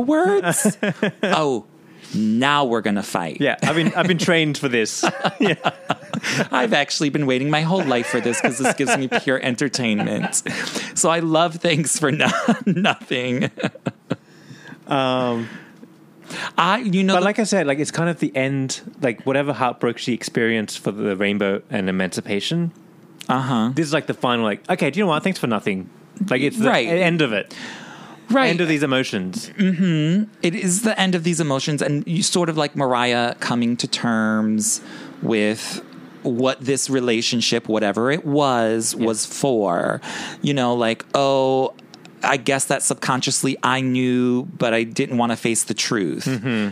Speaker 2: words. oh. Now we're gonna fight.
Speaker 1: Yeah, I've been I've been trained for this.
Speaker 2: I've actually been waiting my whole life for this because this gives me pure entertainment. So I love thanks for no- nothing. Um, I you know
Speaker 1: Um, But
Speaker 2: the-
Speaker 1: like I said, like it's kind of the end, like whatever heartbreak she experienced for the rainbow and emancipation. Uh huh. This is like the final, like okay, do you know what? Thanks for nothing. Like it's the e,
Speaker 2: Right.
Speaker 1: end of it,
Speaker 2: right
Speaker 1: end of these emotions.
Speaker 2: it is the end of these emotions and you sort of like mariah coming to terms with what this relationship whatever it was was for you know like oh I guess that subconsciously I knew, but I didn't want to face the truth.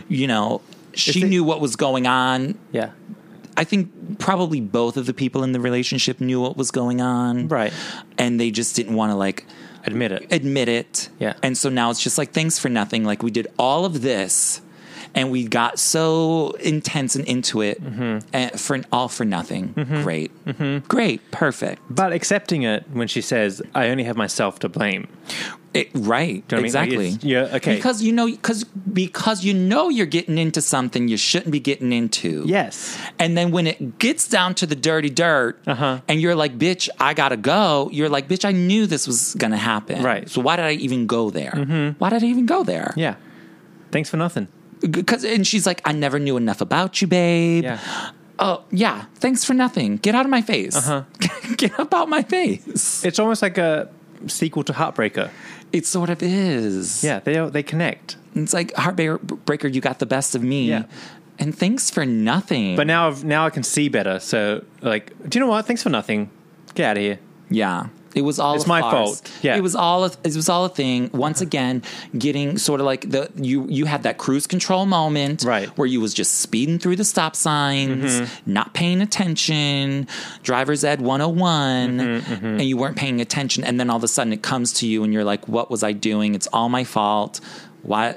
Speaker 2: You know, she
Speaker 1: it-
Speaker 2: knew what was going on.
Speaker 1: Yeah,
Speaker 2: I think probably both of the people in the relationship knew what was going on.
Speaker 1: Right.
Speaker 2: And they just didn't want to like
Speaker 1: admit it.
Speaker 2: admit it.
Speaker 1: Yeah.
Speaker 2: And so now it's just like thanks for nothing. Like we did all of this and we got so intense and into it
Speaker 1: Mm-hmm.
Speaker 2: and for all for nothing. Great. Great. Perfect.
Speaker 1: but accepting it when she says, "I only have myself to blame."
Speaker 2: It- right.
Speaker 1: Do you know what I mean?
Speaker 2: exactly.
Speaker 1: Like, it's- yeah, okay.
Speaker 2: Because you know cuz because you know you're getting into something you shouldn't be getting into.
Speaker 1: Yes.
Speaker 2: And then when it gets down to the dirty dirt,
Speaker 1: Uh-huh.
Speaker 2: and you're like, bitch, I gotta go, you're like, bitch, I knew this was gonna happen.
Speaker 1: Right. Mm-hmm.
Speaker 2: So why did I even go there? Why did I even go there?
Speaker 1: Yeah. Thanks for nothing.
Speaker 2: Cause, and she's like, I never knew enough about you, babe.
Speaker 1: Yeah.
Speaker 2: Oh, yeah. Thanks for nothing. Get out of my face. Uh-huh. Get about my face.
Speaker 1: It's almost like a sequel to Heartbreaker.
Speaker 2: It sort of is.
Speaker 1: Yeah, they they connect.
Speaker 2: It's like, Heartbreaker, you got the best of me.
Speaker 1: Yeah.
Speaker 2: And thanks for nothing.
Speaker 1: But now I've, now I can see better. So like, do you know what? Thanks for nothing. Get out of here.
Speaker 2: Yeah. It was all
Speaker 1: It's
Speaker 2: a
Speaker 1: my
Speaker 2: farce.
Speaker 1: fault. Yeah. Uh-huh.
Speaker 2: It was all a, it was all a thing. Once again, getting sort of like the you you had that cruise control moment
Speaker 1: Right. Mm-hmm.
Speaker 2: where you was just speeding through the stop signs, not paying attention, driver's ed 101
Speaker 1: Mm-hmm,
Speaker 2: and you weren't paying attention and then all of a sudden it comes to you and you're like what was I doing? It's all my fault. Why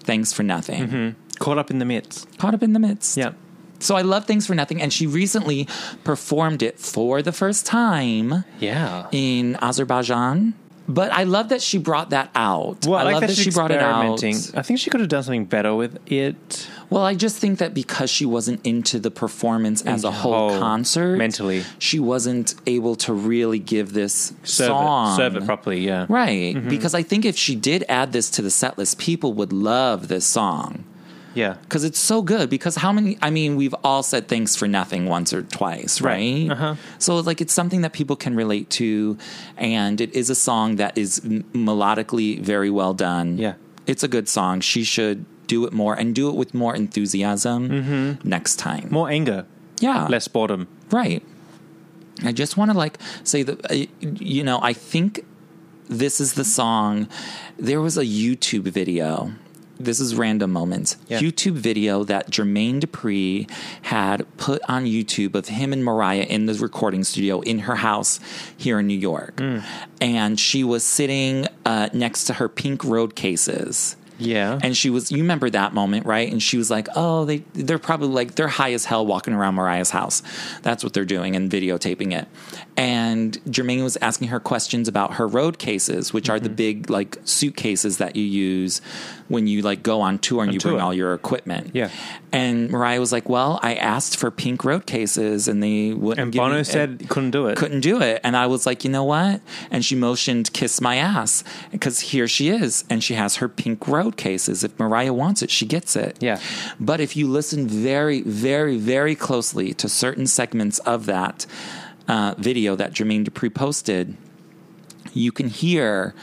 Speaker 2: thanks for nothing.
Speaker 1: Caught up in the midst.
Speaker 2: Caught up in the midst.
Speaker 1: Mm-hmm. Yeah.
Speaker 2: So I love Things for Nothing and she recently performed it for the first time
Speaker 1: Yeah.
Speaker 2: in Azerbaijan. But I love that she brought that out.
Speaker 1: Well, I, like
Speaker 2: love
Speaker 1: that, she's
Speaker 2: she brought it out.
Speaker 1: experimenting. I think she could have done something better with it.
Speaker 2: Well, I just think that because she wasn't into the performance as a whole
Speaker 1: whole,
Speaker 2: concert,
Speaker 1: mentally.
Speaker 2: she wasn't able to really give this
Speaker 1: Serve
Speaker 2: song
Speaker 1: it. Serve it properly. Mm-hmm. Yeah.
Speaker 2: Right, because I think if she did add this to the set list, people would love this song
Speaker 1: Yeah.
Speaker 2: because it's so good. Because how many? I mean, we've all said thanks for nothing once or twice,
Speaker 1: Right. Uh-huh.
Speaker 2: right? So like, it's something that people can relate to, and it is a song that is m- melodically very well done.
Speaker 1: Yeah.
Speaker 2: it's a good song. She should do it more and do it with more enthusiasm next time.
Speaker 1: Mm-hmm. More anger,
Speaker 2: yeah,
Speaker 1: less boredom.
Speaker 2: Right. I just want to like say that uh, you know I think this is the song. There was a YouTube video this is random moments.
Speaker 1: Yeah.
Speaker 2: YouTube video that Jermaine Dupri had put on YouTube of him and Mariah in the recording studio in her house here in New York. And she was sitting uh, next to her pink road cases.
Speaker 1: Yeah.
Speaker 2: And she was, you remember that moment, right? And she was like, oh, they, they're probably like, they're high as hell walking around Mariah's house. That's what they're doing and videotaping it. And Jermaine was asking her questions about her road cases, which are
Speaker 1: Mm-hmm.
Speaker 2: the big like suitcases that you use when you like go on tour and you bring
Speaker 1: tour.
Speaker 2: all your equipment.
Speaker 1: Yeah.
Speaker 2: And Mariah was like, well, I asked for pink road cases and they wouldn't
Speaker 1: and
Speaker 2: give me-
Speaker 1: Bono said he couldn't do it.
Speaker 2: couldn't do it. And I was like, you know what? And she motioned, kiss my ass, because here she is. And she has her pink road cases. If Mariah wants it, she gets it.
Speaker 1: Yeah.
Speaker 2: But if you listen very, very, very closely to certain segments of that uh, video that Jermaine Dupri posted, you can hear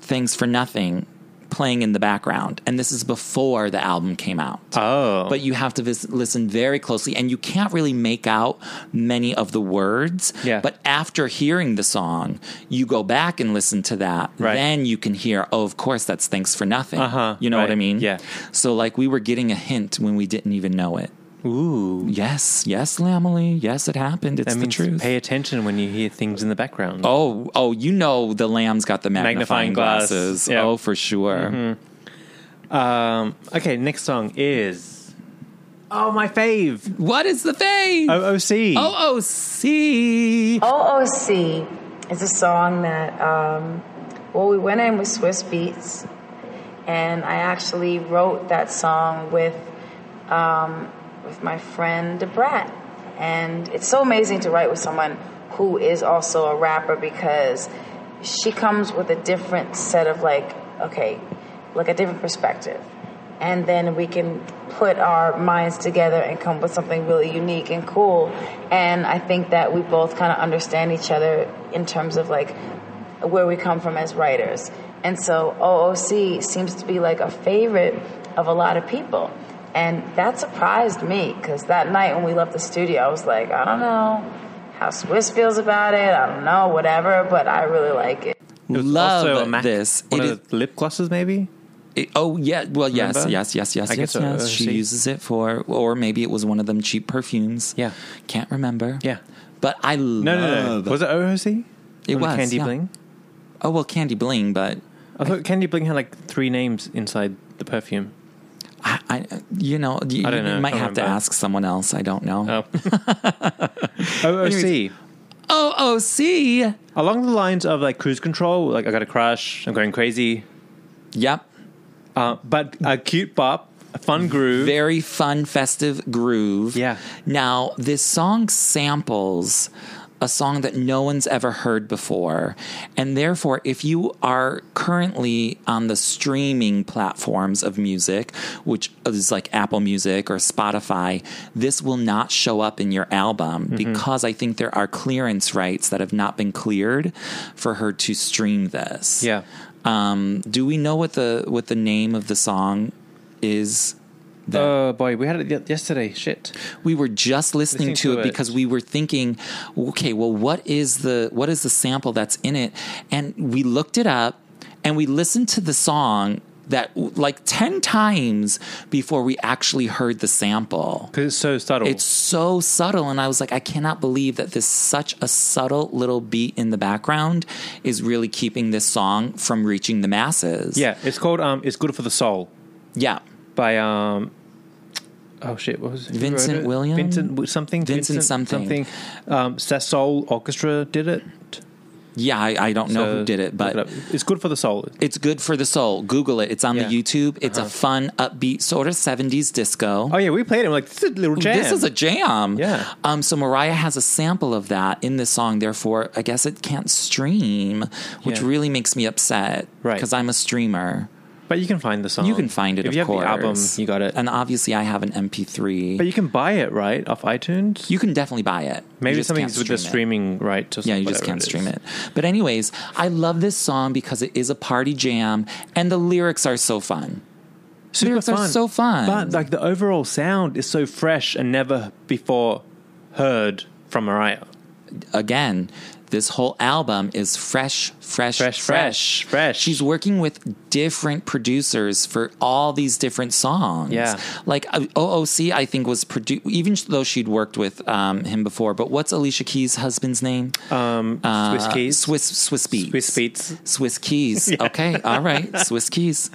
Speaker 2: things for nothing playing in the background. And this is before the album came out.
Speaker 1: Oh.
Speaker 2: But you have to vis- listen very closely, and you can't really make out many of the words.
Speaker 1: Yeah.
Speaker 2: But after hearing the song, you go back and listen to that.
Speaker 1: Right.
Speaker 2: Then you can hear, oh, of course, that's Thanks for Nothing.
Speaker 1: Uh-huh.
Speaker 2: You know what I
Speaker 1: Right.
Speaker 2: mean?
Speaker 1: Yeah.
Speaker 2: So, like, we were getting a hint when we didn't even know it.
Speaker 1: Ooh.
Speaker 2: Yes, yes, Lamely. Yes, it happened. It's
Speaker 1: That
Speaker 2: the
Speaker 1: means
Speaker 2: truth.
Speaker 1: pay attention when you hear things in the background.
Speaker 2: Oh, oh, you know the lamb's got the magnifying,
Speaker 1: Magnifying glass.
Speaker 2: glasses.
Speaker 1: Yeah. Mm-hmm.
Speaker 2: Oh, for sure.
Speaker 1: Um, okay, next song is. Oh, my fave.
Speaker 2: What is the fave?
Speaker 1: Oh. OOC.
Speaker 2: Oh, OOC.
Speaker 5: OOC is a song that, um, well, we went in with Swiss Beats, and I actually wrote that song with, um, with my friend Debrat. And it's so amazing to write with someone who is also a rapper because she comes with a different set of, like, okay, like a different perspective. And then we can put our minds together and come up with something really unique and cool. And I think that we both kind of understand each other in terms of like where we come from as writers. And so OOC seems to be like a favorite of a lot of people. And that surprised me because that night when we left the studio, I was like, I don't know how Swiss feels about it. I don't know, whatever, but I really like it.
Speaker 1: It was
Speaker 2: Love
Speaker 1: also a Mac,
Speaker 2: this.
Speaker 1: One
Speaker 2: It
Speaker 1: of
Speaker 2: is-
Speaker 1: the lip glosses, maybe?
Speaker 2: It- oh yeah, well yes,
Speaker 1: Remember?
Speaker 2: yes, yes, yes,
Speaker 1: I
Speaker 2: yes,
Speaker 1: guess uh, so,
Speaker 2: yes. She
Speaker 1: OOC.
Speaker 2: uses it for, or maybe it was one of them cheap perfumes.
Speaker 1: Yeah.
Speaker 2: can't remember.
Speaker 1: Yeah.
Speaker 2: but I love.
Speaker 1: No, no, no. Was it OOC?
Speaker 2: It
Speaker 1: Or
Speaker 2: was,
Speaker 1: Candy
Speaker 2: yeah.
Speaker 1: Bling?
Speaker 2: Oh well, Candy Bling, but
Speaker 1: I thought Candy Bling had like three names inside the perfume.
Speaker 2: I, I you know, you,
Speaker 1: I don't know.
Speaker 2: you might
Speaker 1: Can't
Speaker 2: have to
Speaker 1: remember.
Speaker 2: ask someone else. I don't know.
Speaker 1: Oh. OOC.
Speaker 2: OOC.
Speaker 1: Along the lines of like cruise control, like I got a crush, I'm going crazy.
Speaker 2: Yep.
Speaker 1: Uh, but a cute bop, a fun groove.
Speaker 2: Very fun, festive groove.
Speaker 1: Yeah.
Speaker 2: Now, this song samples a song that no one's ever heard before. And therefore, if you are currently on the streaming platforms of music, which is like Apple Music or Spotify, this will not show up in your album
Speaker 1: Mm-hmm.
Speaker 2: because I think there are clearance rights that have not been cleared for her to stream this.
Speaker 1: Yeah.
Speaker 2: Um, do we know what the what the name of the song is?
Speaker 1: Oh boy, we had it y- yesterday. Shit.
Speaker 2: we were just listening,
Speaker 1: Listening
Speaker 2: to,
Speaker 1: to
Speaker 2: it,
Speaker 1: it.
Speaker 2: because we were thinking okay well what is the what is the sample that's in it and we looked it up and we listened to the song that like 10 times before we actually heard the sample
Speaker 1: Because it's so subtle.
Speaker 2: it's so subtle and i was like i cannot believe that this such a subtle little beat in the background is really keeping this song from reaching the masses
Speaker 1: yeah, it's called um, It's Good for the Soul
Speaker 2: yeah
Speaker 1: by um, oh shit, what was it? Who wrote
Speaker 2: Vincent
Speaker 1: it?
Speaker 2: William?
Speaker 1: Vincent w- something.
Speaker 2: Vincent something.
Speaker 1: something. Um, Sassoul Orchestra did it.
Speaker 2: yeah i, I don't know
Speaker 1: So
Speaker 2: who did it
Speaker 1: look
Speaker 2: but
Speaker 1: up. it's good for the soul.
Speaker 2: It's good for the soul. Google it. It's on
Speaker 1: Yeah. Uh-huh.
Speaker 2: the YouTube. It's a fun, upbeat, sort of 70s disco.
Speaker 1: Oh yeah, we played it. We're like this is a little jam.
Speaker 2: This is a jam.
Speaker 1: Yeah.
Speaker 2: Um, so Mariah has a sample of that in this song. Therefore, I guess it can't stream, which
Speaker 1: Yeah.
Speaker 2: really makes me upset.
Speaker 1: Right.
Speaker 2: Because I'm a streamer.
Speaker 1: but you can find the song.
Speaker 2: You can find it,
Speaker 1: if
Speaker 2: of
Speaker 1: you have
Speaker 2: course.
Speaker 1: the album. You got it.
Speaker 2: And obviously, I have an MP3.
Speaker 1: but you can buy it right off iTunes.
Speaker 2: you can definitely buy it. You
Speaker 1: Maybe
Speaker 2: just can't
Speaker 1: something's with the
Speaker 2: stream it.
Speaker 1: streaming rights. Or
Speaker 2: Yeah, you
Speaker 1: whatever
Speaker 2: just can't
Speaker 1: is.
Speaker 2: stream it. But anyways, I love this song because it is a party jam, and the lyrics are so fun.
Speaker 1: Super
Speaker 2: lyrics are so fun.
Speaker 1: But like the overall sound is so fresh and never before heard from Mariah.
Speaker 2: again, this whole album is fresh,
Speaker 1: Fresh,
Speaker 2: fresh, fresh,
Speaker 1: fresh, fresh.
Speaker 2: She's working with different producers for all these different songs.
Speaker 1: Yeah.
Speaker 2: like uh, OOC, I think was produced even though she'd worked with um, him before. But what's Alicia Keys' husband's name?
Speaker 1: Um, Swiss
Speaker 2: Uh,
Speaker 1: Keys,
Speaker 2: Swiss Swiss Beats.
Speaker 1: Swiss Beats.
Speaker 2: Swiss Keys. Okay, all right. Swiss Keys.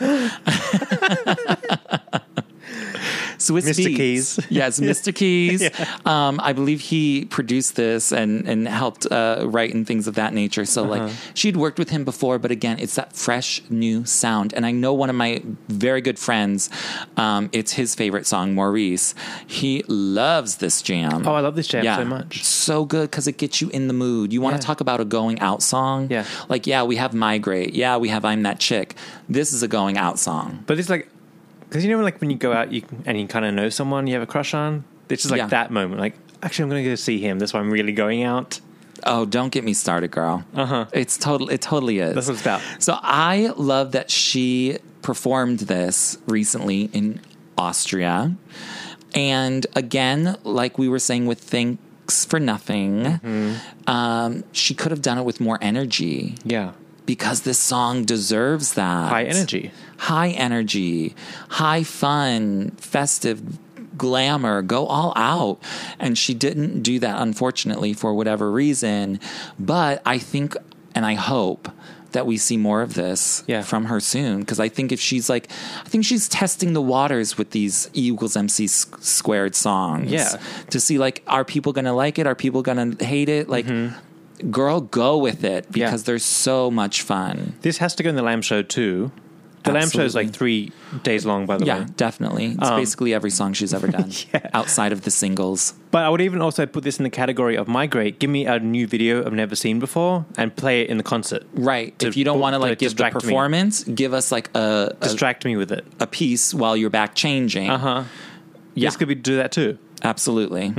Speaker 2: Swiss
Speaker 1: Mr.
Speaker 2: Beats.
Speaker 1: Keys.
Speaker 2: Yes, Mr. Keys. Um, I believe he produced this and and helped uh, write and things of that nature. So
Speaker 1: Uh-huh.
Speaker 2: like she'd worked with him before, but again, it's that fresh new sound. And I know one of my very good friends. Um, it's his favorite song, Maurice. He loves this jam.
Speaker 1: Oh, I love this jam so much.
Speaker 2: It's so good because it gets you in the mood. You want
Speaker 1: Yeah.
Speaker 2: to talk about a going out song?
Speaker 1: Yeah.
Speaker 2: Like, yeah, we have Migrate. Yeah, we have I'm That Chick. This is a going out song.
Speaker 1: But it's like, because you know, like when you go out you can, and you kind of know someone you have a crush on, it's just like
Speaker 2: Yeah.
Speaker 1: that moment. Like, actually, I'm going to go see him. That's why I'm really going out.
Speaker 2: Oh, don't get me started, girl. Uh
Speaker 1: Uh-huh.
Speaker 2: huh. It's total. It totally is.
Speaker 1: That's what it's about.
Speaker 2: So I love that she performed this recently in Austria. And again, like we were saying with Thanks for Nothing,
Speaker 1: Mm-hmm.
Speaker 2: um, she could have done it with more energy
Speaker 1: Yeah.
Speaker 2: because this song deserves that.
Speaker 1: High energy.
Speaker 2: High energy, high fun, festive glamour, go all out. And she didn't do that, unfortunately, for whatever reason. But I think and I hope that we see more of this
Speaker 1: Yeah.
Speaker 2: from her soon because I think if she's like, I think she's testing the waters with these E equals MC s- squared songs.
Speaker 1: Yeah.
Speaker 2: To see, like, are people going to like it? Are people going to hate it? Like,
Speaker 1: Mm-hmm.
Speaker 2: girl, go with it
Speaker 1: Yeah.
Speaker 2: because there's so much fun.
Speaker 1: This has to go in the Lamb Show too. The Lamb Show is
Speaker 2: Absolutely.
Speaker 1: like three days long, by the
Speaker 2: Yeah,
Speaker 1: way.
Speaker 2: definitely. It's
Speaker 1: Um,
Speaker 2: basically every song she's ever done outside of the singles.
Speaker 1: But I would even also put this in the category of migrate. Give me a new video I've never seen before and play it in the concert.
Speaker 2: Right.
Speaker 1: To
Speaker 2: if you don't want to
Speaker 1: bu- to
Speaker 2: like give the
Speaker 1: distract me.
Speaker 2: performance, give us like a, a,
Speaker 1: Distract me with it.
Speaker 2: a piece while you're back changing.
Speaker 1: Uh huh.
Speaker 2: Uh, Yeah.
Speaker 1: This could be do that too.
Speaker 2: Absolutely.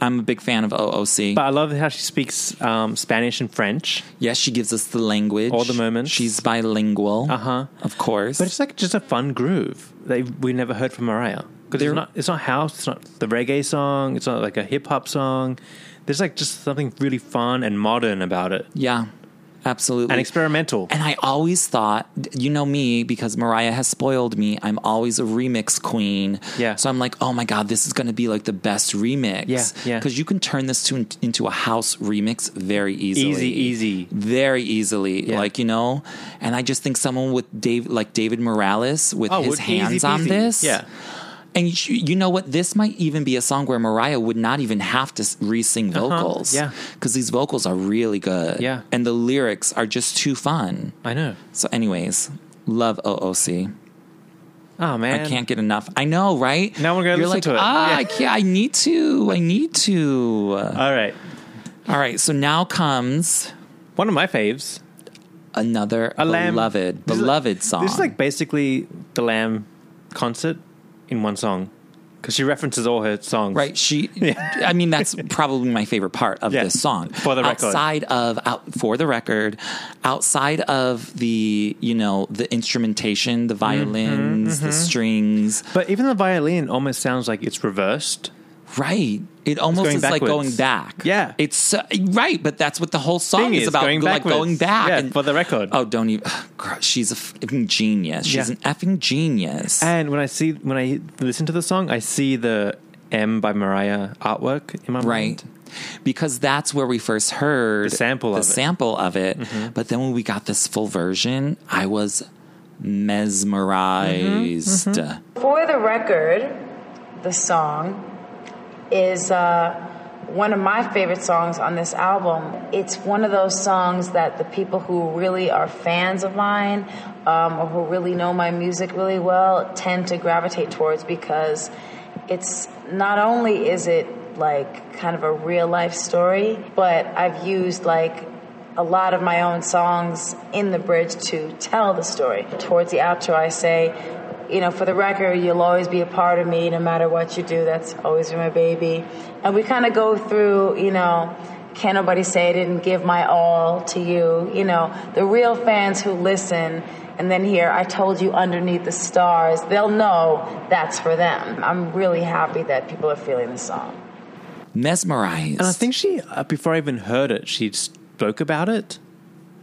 Speaker 2: I'm a big fan of OOC.
Speaker 1: Mm-hmm. But I love how she speaks um, Spanish and French.
Speaker 2: yes, she gives us the language.
Speaker 1: All the moments.
Speaker 2: She's bilingual.
Speaker 1: Uh-huh.
Speaker 2: Of course.
Speaker 1: But it's like just a fun groove that we never heard from Mariah. Because it's
Speaker 2: There-
Speaker 1: not, it's not house, it's not the reggae song, it's not like a hip hop song. There's like just something really fun and modern about it
Speaker 2: yeah. Absolutely.
Speaker 1: and experimental.
Speaker 2: And I always thought, you know me, because Mariah has spoiled me, I'm always a remix queen.
Speaker 1: Yeah.
Speaker 2: So I'm like, oh my God, this is going to be like the best remix.
Speaker 1: Yeah, yeah.
Speaker 2: Because you can turn this to, into a house remix very easily.
Speaker 1: Easy, easy.
Speaker 2: Very easily.
Speaker 1: Yeah.
Speaker 2: Like, you know, and I just think someone with Dave, like David Morales with
Speaker 1: Oh,
Speaker 2: his
Speaker 1: well, easy
Speaker 2: hands on
Speaker 1: peasy.
Speaker 2: this.
Speaker 1: Yeah.
Speaker 2: And you, you know what? This might even be a song where Mariah would not even have to re sing vocals.
Speaker 1: Uh-huh. Yeah.
Speaker 2: Because these vocals are really good.
Speaker 1: Yeah.
Speaker 2: And the lyrics are just too fun.
Speaker 1: I know.
Speaker 2: So, anyways, love OOC.
Speaker 1: Oh, man.
Speaker 2: I can't get enough. I know, right?
Speaker 1: Now we're gonna
Speaker 2: You're
Speaker 1: listen to
Speaker 2: like,
Speaker 1: it.
Speaker 2: Ah,
Speaker 1: Yeah. Uh,
Speaker 2: I can't. I need to. I need to.
Speaker 1: All right.
Speaker 2: All right. So now comes
Speaker 1: One of my faves.
Speaker 2: another
Speaker 1: a lamb
Speaker 2: beloved,
Speaker 1: this is like-
Speaker 2: beloved song.
Speaker 1: This is like basically the Lamb concert in one song because she references all her songs.
Speaker 2: Right, she. I mean, that's probably my favorite part of
Speaker 1: Yeah,
Speaker 2: this song.
Speaker 1: for the record.
Speaker 2: outside of out, for the record, outside of the you know the instrumentation,
Speaker 1: Mm-hmm,
Speaker 2: the violins, the strings,
Speaker 1: But even the violin almost sounds like it's reversed.
Speaker 2: Right. It almost
Speaker 1: going
Speaker 2: is like
Speaker 1: backwards.
Speaker 2: going back.
Speaker 1: Yeah.
Speaker 2: It's so, right, but that's what the whole
Speaker 1: Thing
Speaker 2: song is,
Speaker 1: is,
Speaker 2: about.
Speaker 1: going
Speaker 2: like going
Speaker 1: backwards.
Speaker 2: back.
Speaker 1: Yeah, for the record.
Speaker 2: Oh, don't even. Girl, she's a effing genius. She's
Speaker 1: Yeah.
Speaker 2: an effing genius.
Speaker 1: And when I see when I listen to the song, I see the M by Mariah artwork in my
Speaker 2: right.
Speaker 1: mind.
Speaker 2: Because that's where we first heard
Speaker 1: The sample
Speaker 2: the
Speaker 1: of it. Mm-hmm.
Speaker 2: sample of it. But then when we got this full version, I was mesmerized.
Speaker 1: Mm-hmm.
Speaker 5: For the record, the song is uh, one of my favorite songs on this album. It's one of those songs that the people who really are fans of mine um, or who really know my music really well tend to gravitate towards because it's not only is it like kind of a real life story, but I've used like a lot of my own songs in the bridge to tell the story. Towards the outro, I say, you know, for the record, you'll always be a part of me no matter what you do. That's always been my baby. And we kind of go through, you know, can't nobody say I didn't give my all to you. You know, the real fans who listen and then hear I told you underneath the stars, they'll know that's for them. I'm really happy that people are feeling the song.
Speaker 2: mesmerized.
Speaker 1: And I think she, uh, before I even heard it, she spoke about it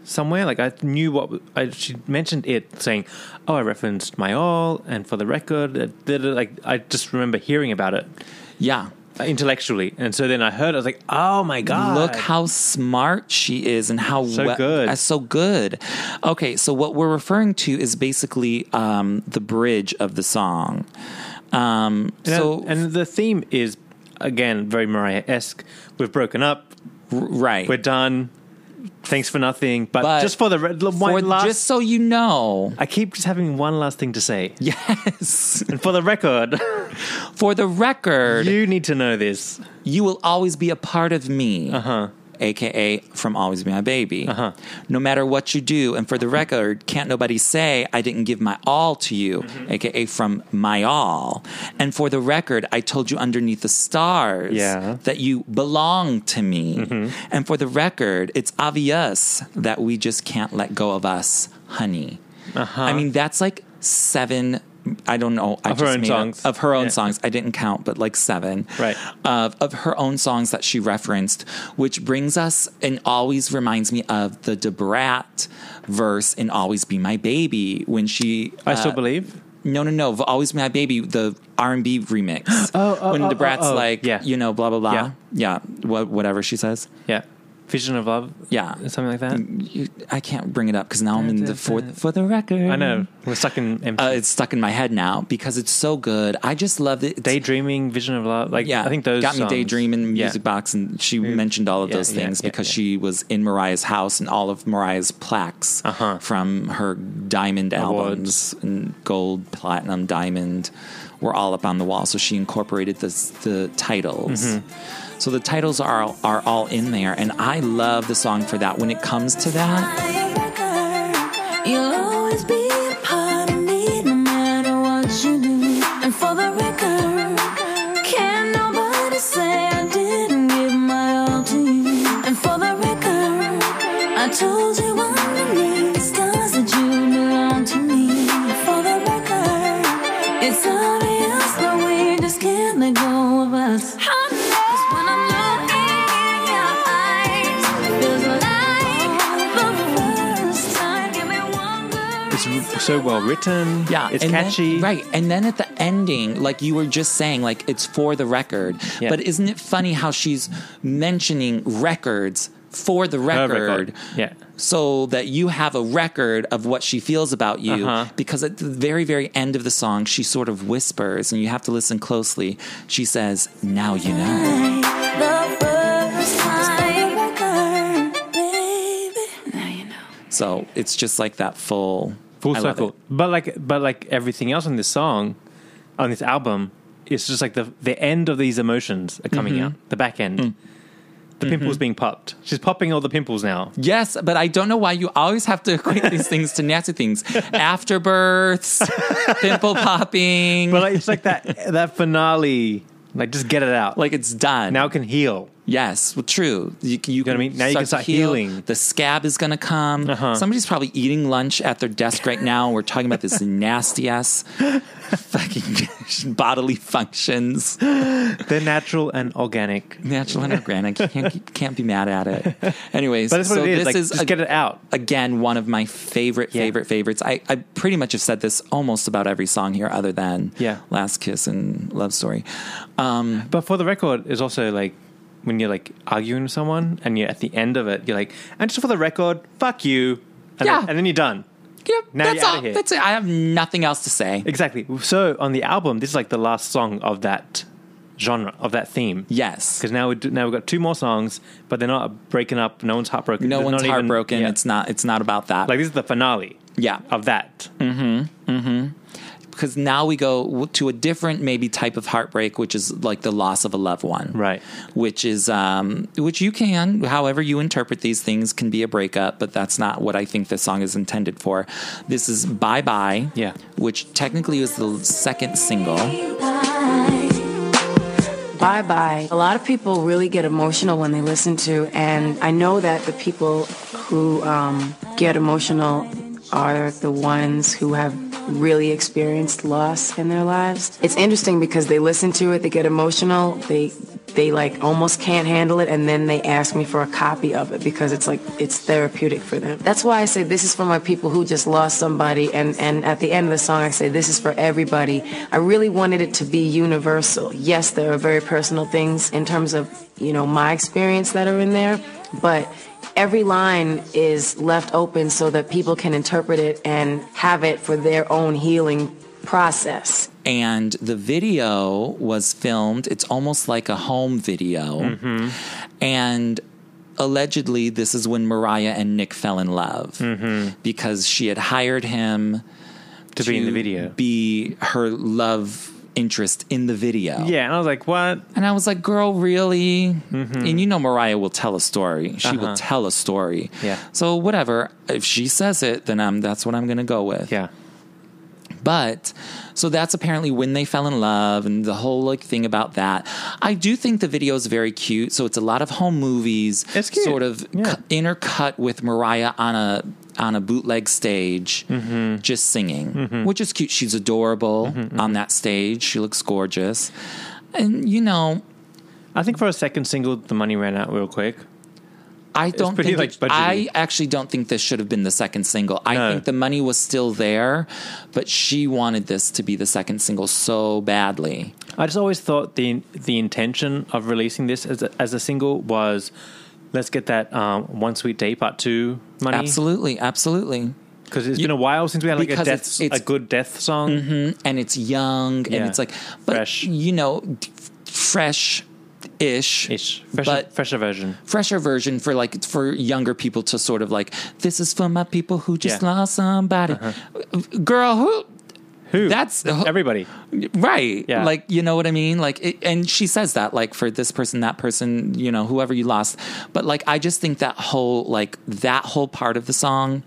Speaker 1: somewhere. Like I knew what I, she mentioned it, saying, "Oh, I referenced my all," and for the record, it did it. Like I just remember hearing about it
Speaker 2: yeah.
Speaker 1: uh, intellectually, and so then I heard. it, I was like, "Oh my god!"
Speaker 2: Look how smart she is and how
Speaker 1: So
Speaker 2: well-
Speaker 1: good.
Speaker 2: uh, so good. Okay, so what we're referring to is basically um, the bridge of the song. Um,
Speaker 1: And,
Speaker 2: so
Speaker 1: and the theme is again very Mariah esque. We've broken up.
Speaker 2: r- right,
Speaker 1: We're done. Thanks for nothing. But,
Speaker 2: But
Speaker 1: just for the red, one
Speaker 2: For-
Speaker 1: last.
Speaker 2: just so you know,
Speaker 1: I keep just having one last thing to say.
Speaker 2: yes.
Speaker 1: And for the record,
Speaker 2: For the record, you,
Speaker 1: you need to know this.
Speaker 2: will always be a part of me. Uh
Speaker 1: Uh-huh.
Speaker 2: huh. AKA from Always Be My Baby. Uh-huh. No matter what you do, and for the record, can't nobody say I didn't give my all to you,
Speaker 1: Mm-hmm.
Speaker 2: AKA from my all. And for the record, I told you underneath the stars
Speaker 1: Yeah. Mm-hmm.
Speaker 2: that you belong to me. And for the record, it's obvious that we just can't let go of us, honey. I mean, that's like seven. I don't know.
Speaker 1: Uh-huh.
Speaker 2: I
Speaker 1: Of her
Speaker 2: just
Speaker 1: own
Speaker 2: made up-
Speaker 1: songs.
Speaker 2: of her own
Speaker 1: Yeah.
Speaker 2: songs. I didn't count, but like seven.
Speaker 1: Right.
Speaker 2: Of of her own songs that she referenced, which brings us and always reminds me of the Debrat verse in "Always Be My Baby" when she.
Speaker 1: I still
Speaker 2: uh,
Speaker 1: believe.
Speaker 2: No, no, no. "Always Be My Baby," the R and B remix.
Speaker 1: Oh, oh,
Speaker 2: when
Speaker 1: oh,
Speaker 2: Debrat's
Speaker 1: oh, oh.
Speaker 2: like,
Speaker 1: Yeah.
Speaker 2: you know, blah blah blah.
Speaker 1: Yeah.
Speaker 2: Yeah, wha- whatever she says.
Speaker 1: Yeah. Vision of Love.
Speaker 2: Yeah.
Speaker 1: Something like that.
Speaker 2: You, I can't bring it up because now I'm in the for, for the record.
Speaker 1: I know. We're stuck in empty.
Speaker 2: uh, it's stuck in my head now because it's so good. I just love it.
Speaker 1: daydreaming, Vision of Love. Like,
Speaker 2: yeah,
Speaker 1: I think those
Speaker 2: got me
Speaker 1: songs.
Speaker 2: daydreaming music
Speaker 1: Yeah. Mm.
Speaker 2: box, and she mentioned all of
Speaker 1: Yeah,
Speaker 2: those
Speaker 1: yeah,
Speaker 2: things
Speaker 1: yeah,
Speaker 2: because
Speaker 1: yeah.
Speaker 2: she was in Mariah's house and all of Mariah's plaques
Speaker 1: Uh-huh.
Speaker 2: from her diamond
Speaker 1: Awards.
Speaker 2: albums and gold, platinum, diamond were all up on the wall. So she incorporated this, the titles.
Speaker 1: Mm-hmm.
Speaker 2: So the titles are are all in there, and I love the song for that. When it comes to that.
Speaker 3: You'll always be a part of me, no matter what you do. And for the record, can nobody say I didn't give my all to you? And for the record, I told you underneath the stars that you belong to me. For the record, it's obvious that we just can't let go of us. Cause when I'm looking in your eyes, it feels like the first time. Give me one good
Speaker 1: It's so well written.
Speaker 2: Yeah,
Speaker 1: It's
Speaker 2: and then-
Speaker 1: catchy.
Speaker 2: right, and then at the ending, like you were just saying, like it's for the record.
Speaker 1: Yeah.
Speaker 2: But isn't it funny how she's mentioning records for the
Speaker 1: Her
Speaker 2: record,
Speaker 1: record. Yeah.
Speaker 2: so that you have a record of what she feels about you?
Speaker 1: Uh-huh.
Speaker 2: Because at the very, very end of the song, she sort of whispers, and you have to listen closely. She says, "Now you know."
Speaker 3: The first time. Baby. Now you know.
Speaker 2: So it's just like that full
Speaker 1: Full
Speaker 2: I love
Speaker 1: circle.
Speaker 2: it.
Speaker 1: But like, but like everything else on this song, on this album, it's just like the the end of these emotions are coming
Speaker 2: Mm-hmm.
Speaker 1: out. The back end.
Speaker 2: Mm.
Speaker 1: The pimples being popped. She's popping all the pimples now.
Speaker 2: Yes, but I don't know why you always have to equate these things to nasty things. Afterbirths, pimple popping.
Speaker 1: But like, it's like that that finale. Like, just get it out.
Speaker 2: like it's done.
Speaker 1: now it can heal.
Speaker 2: yes, well, true. You, you,
Speaker 1: know what I mean? Now you can start
Speaker 2: to heal.
Speaker 1: healing. Uh-huh.
Speaker 2: The scab is going to come. Somebody's probably eating lunch at their desk right now. We're talking about this nasty ass fucking bodily functions.
Speaker 1: They're natural and organic.
Speaker 2: Natural and organic. You can't, can't be mad at it. Anyways,
Speaker 1: But that's what
Speaker 2: so
Speaker 1: it is.
Speaker 2: this
Speaker 1: Like,
Speaker 2: is
Speaker 1: just
Speaker 2: a-
Speaker 1: get it out.
Speaker 2: again one of my favorite
Speaker 1: Yeah.
Speaker 2: favorite favorites I, I pretty much have said this almost about every song here other than
Speaker 1: Yeah.
Speaker 2: last kiss and love story um,
Speaker 1: But for the record, it's also like when you're like arguing with someone and you're at the end of it, you're like, and just for the record, fuck you. And,
Speaker 2: Yeah.
Speaker 1: then, and then you're done.
Speaker 2: yep
Speaker 1: Now
Speaker 2: that's
Speaker 1: you're outta
Speaker 2: all
Speaker 1: here.
Speaker 2: that's it i have nothing else to say
Speaker 1: Exactly. So on the album, this is like the last song of that genre, of that theme.
Speaker 2: yes
Speaker 1: Because now, we do, now we've got two more songs, but they're not breaking up. No one's heartbroken.
Speaker 2: no
Speaker 1: They're
Speaker 2: one's
Speaker 1: not even-
Speaker 2: heartbroken
Speaker 1: yeah.
Speaker 2: it's not it's not about that
Speaker 1: Like this is the finale
Speaker 2: yeah Mm.
Speaker 1: of that.
Speaker 2: because now we go to a different maybe type of heartbreak which is like the loss of a loved one
Speaker 1: Right.
Speaker 2: which is um which you can however you interpret these things can be a breakup but that's not what i think this song is intended for this is bye bye
Speaker 1: Yeah.
Speaker 2: which technically was the second single
Speaker 4: Bye bye. A lot of people really get emotional when they listen to, and I know that the people who um, get emotional are the ones who have really experienced loss in their lives. It's interesting because they listen to it, they get emotional, they they like almost can't handle it and then they ask me for a copy of it because it's like it's therapeutic for them that's why i say this is for my people who just lost somebody and and at the end of the song i say this is for everybody i really wanted it to be universal yes there are very personal things in terms of you know my experience that are in there but every line is left open so that people can interpret it and have it for their own healing process
Speaker 2: and the video was filmed. It's almost like a home video.
Speaker 1: Mm-hmm.
Speaker 2: And allegedly, this is when Mariah and Nick fell in love because she had hired him
Speaker 1: Mm-hmm. To be in the video.
Speaker 2: be her love interest in the video.
Speaker 1: Yeah, and I was like, what?
Speaker 2: And I was like, girl, really?
Speaker 1: Mm-hmm.
Speaker 2: And you know, Mariah will tell a story. She will tell a story.
Speaker 1: Uh-huh. Yeah.
Speaker 2: So, whatever. If she says it, then I'm, that's what I'm going to go with.
Speaker 1: Yeah.
Speaker 2: But so that's apparently when they fell in love and the whole like thing about that. I do think the video is very cute. So it's a lot of home movies,
Speaker 1: It's cute.
Speaker 2: sort of
Speaker 1: Yeah.
Speaker 2: cu- intercut with Mariah on a on a bootleg stage,
Speaker 1: Mm-hmm.
Speaker 2: just singing, which is cute. She's adorable on that stage. She looks gorgeous, and you know.
Speaker 1: I think for a second single, the money ran out real quick.
Speaker 2: I don't
Speaker 1: pretty,
Speaker 2: think
Speaker 1: like,
Speaker 2: it-
Speaker 1: budgety.
Speaker 2: I actually don't think this should have been the second single. I
Speaker 1: No.
Speaker 2: think the money was still there, but she wanted this to be the second single so badly.
Speaker 1: I just always thought the the intention of releasing this as a, as a single was let's get that um, one sweet day part two money
Speaker 2: Absolutely, absolutely.
Speaker 1: because it's
Speaker 2: You-
Speaker 1: been a while since we had like a
Speaker 2: because
Speaker 1: death
Speaker 2: it's- it's-
Speaker 1: a good death song.
Speaker 2: And it's young
Speaker 1: Yeah.
Speaker 2: and it's like but
Speaker 1: Fresh.
Speaker 2: you know fresh ish.
Speaker 1: Ish. Fresher,
Speaker 2: Mm-hmm. But
Speaker 1: fresher version.
Speaker 2: fresher version for like for younger people to sort of like this is for my people who just
Speaker 1: Yeah. Uh-huh.
Speaker 2: lost somebody. Girl, who
Speaker 1: Who?
Speaker 2: That's-
Speaker 1: everybody.
Speaker 2: right
Speaker 1: Yeah.
Speaker 2: like you know what i mean like it, and she says that like for this person that person you know whoever you lost but like i just think that whole like that whole part of the song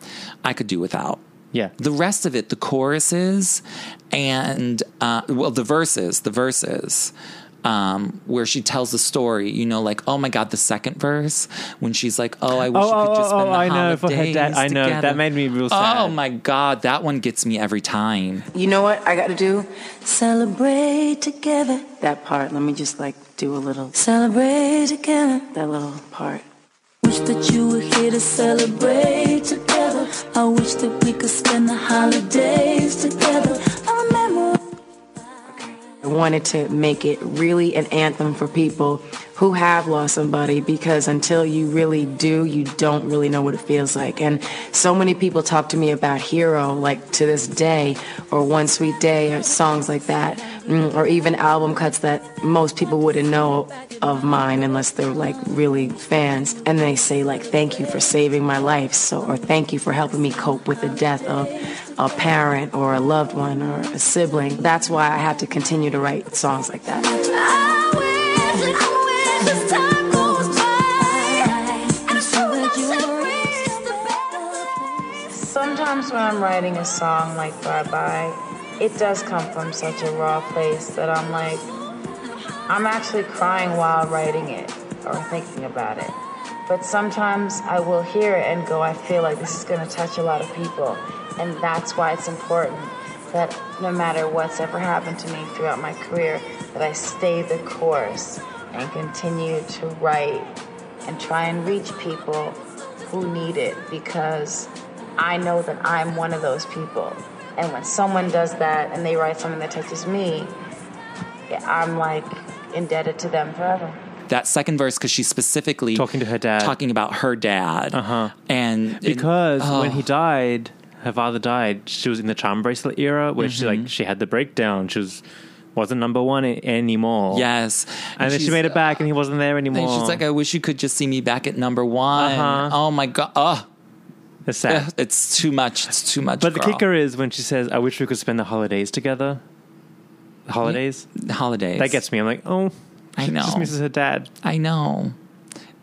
Speaker 2: i could do without
Speaker 1: Yeah.
Speaker 2: the rest of it the choruses and uh well the verses the verses um, where she tells the story, you know, like, oh my God, the second verse when she's like, oh, I wish
Speaker 1: Oh,
Speaker 2: you could just
Speaker 1: oh,
Speaker 2: spend
Speaker 1: oh,
Speaker 2: the
Speaker 1: I know, for her
Speaker 2: holidays
Speaker 1: dad- I know, that
Speaker 2: together."
Speaker 1: made me real sad.
Speaker 2: Oh my God, that one gets me every time.
Speaker 4: you know what i got to do
Speaker 3: Celebrate together.
Speaker 4: that part let me just like do a little
Speaker 3: Celebrate together.
Speaker 4: that little part
Speaker 3: Wish that you were here to celebrate together. I wish that we could spend the holidays together. I remember.
Speaker 4: I wanted to make it really an anthem for people who have lost somebody because until you really do, you don't really know what it feels like. And so many people talk to me about Hero, like to this day, or One Sweet Day, or songs like that, mm, or even album cuts that most people wouldn't know of mine unless they're like really fans. And they say, like, thank you for saving my life, so, or thank you for helping me cope with the death of a parent or a loved one or a sibling. That's why I have to continue to write songs like that.
Speaker 3: I wish, I wish as time goes by. And it's true that you reach the better place.
Speaker 5: Sometimes when I'm writing a song like Bye Bye, it does come from such a raw place that I'm like, I'm actually crying while writing it or thinking about it. But sometimes I will hear it and go, I feel like this is going to touch a lot of people. And that's why it's important that no matter what's ever happened to me throughout my career, that I stay the course and continue to write and try and reach people who need it because I know that I'm one of those people. And when someone does that and they write something that touches me, I'm like indebted to them forever.
Speaker 2: that second verse because she's specifically
Speaker 1: Talking to her dad.
Speaker 2: talking about her dad, uh-huh. and
Speaker 1: Because
Speaker 2: and- oh,
Speaker 1: when he died, her father died. She was in the charm bracelet era, where she
Speaker 2: Mm-hmm.
Speaker 1: like she had the breakdown. She was wasn't number one a- anymore.
Speaker 2: yes,
Speaker 1: and, then she
Speaker 2: she's-
Speaker 1: made it back, and he wasn't there
Speaker 2: And
Speaker 1: anymore.
Speaker 2: she's like, "I wish you could just see me back at number one."
Speaker 1: Uh-huh.
Speaker 2: Oh my god, oh,
Speaker 1: It's sad.
Speaker 2: Eh, it's too much. It's too much.
Speaker 1: But the
Speaker 2: girl.
Speaker 1: kicker is when she says, "I wish we could spend the holidays together." Holidays
Speaker 2: holidays.
Speaker 1: that gets me. I'm like, oh,
Speaker 2: I
Speaker 1: she just
Speaker 2: know.
Speaker 1: misses her dad.
Speaker 2: I know.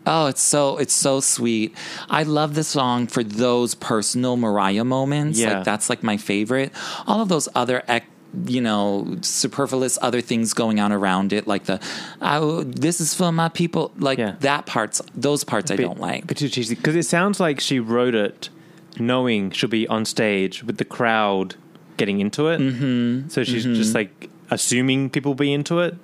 Speaker 2: Oh, it's so it's so sweet. I love this song for those personal Mariah moments.
Speaker 1: Yeah.
Speaker 2: Like that's like my favorite. All of those other ec- you know, superfluous other things going on around it, like the I, w- this is for my people, like
Speaker 1: Yeah.
Speaker 2: that parts, those parts I don't like.
Speaker 1: But too cheesy because it sounds like she wrote it knowing she'll be on stage with the
Speaker 2: Mm-hmm.
Speaker 1: crowd getting into it. Mm-hmm. So she's just like assuming people will be into it.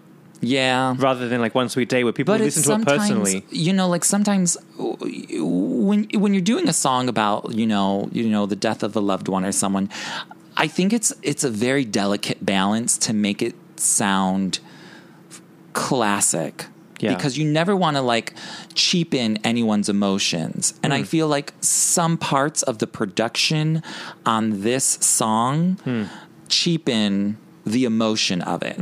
Speaker 2: yeah.
Speaker 1: rather than like One Sweet Day where people
Speaker 2: But it's
Speaker 1: listen to it
Speaker 2: sometimes,
Speaker 1: personally.
Speaker 2: you know, like sometimes when when you're doing a song about you know you know the death of a loved one or someone, I think it's it's a very delicate balance to make it sound classic.
Speaker 1: Yeah.
Speaker 2: Because you never want to like cheapen anyone's emotions.
Speaker 1: Hmm.
Speaker 2: And I feel like some parts of the production on this song
Speaker 1: Hmm.
Speaker 2: cheapen the emotion of it.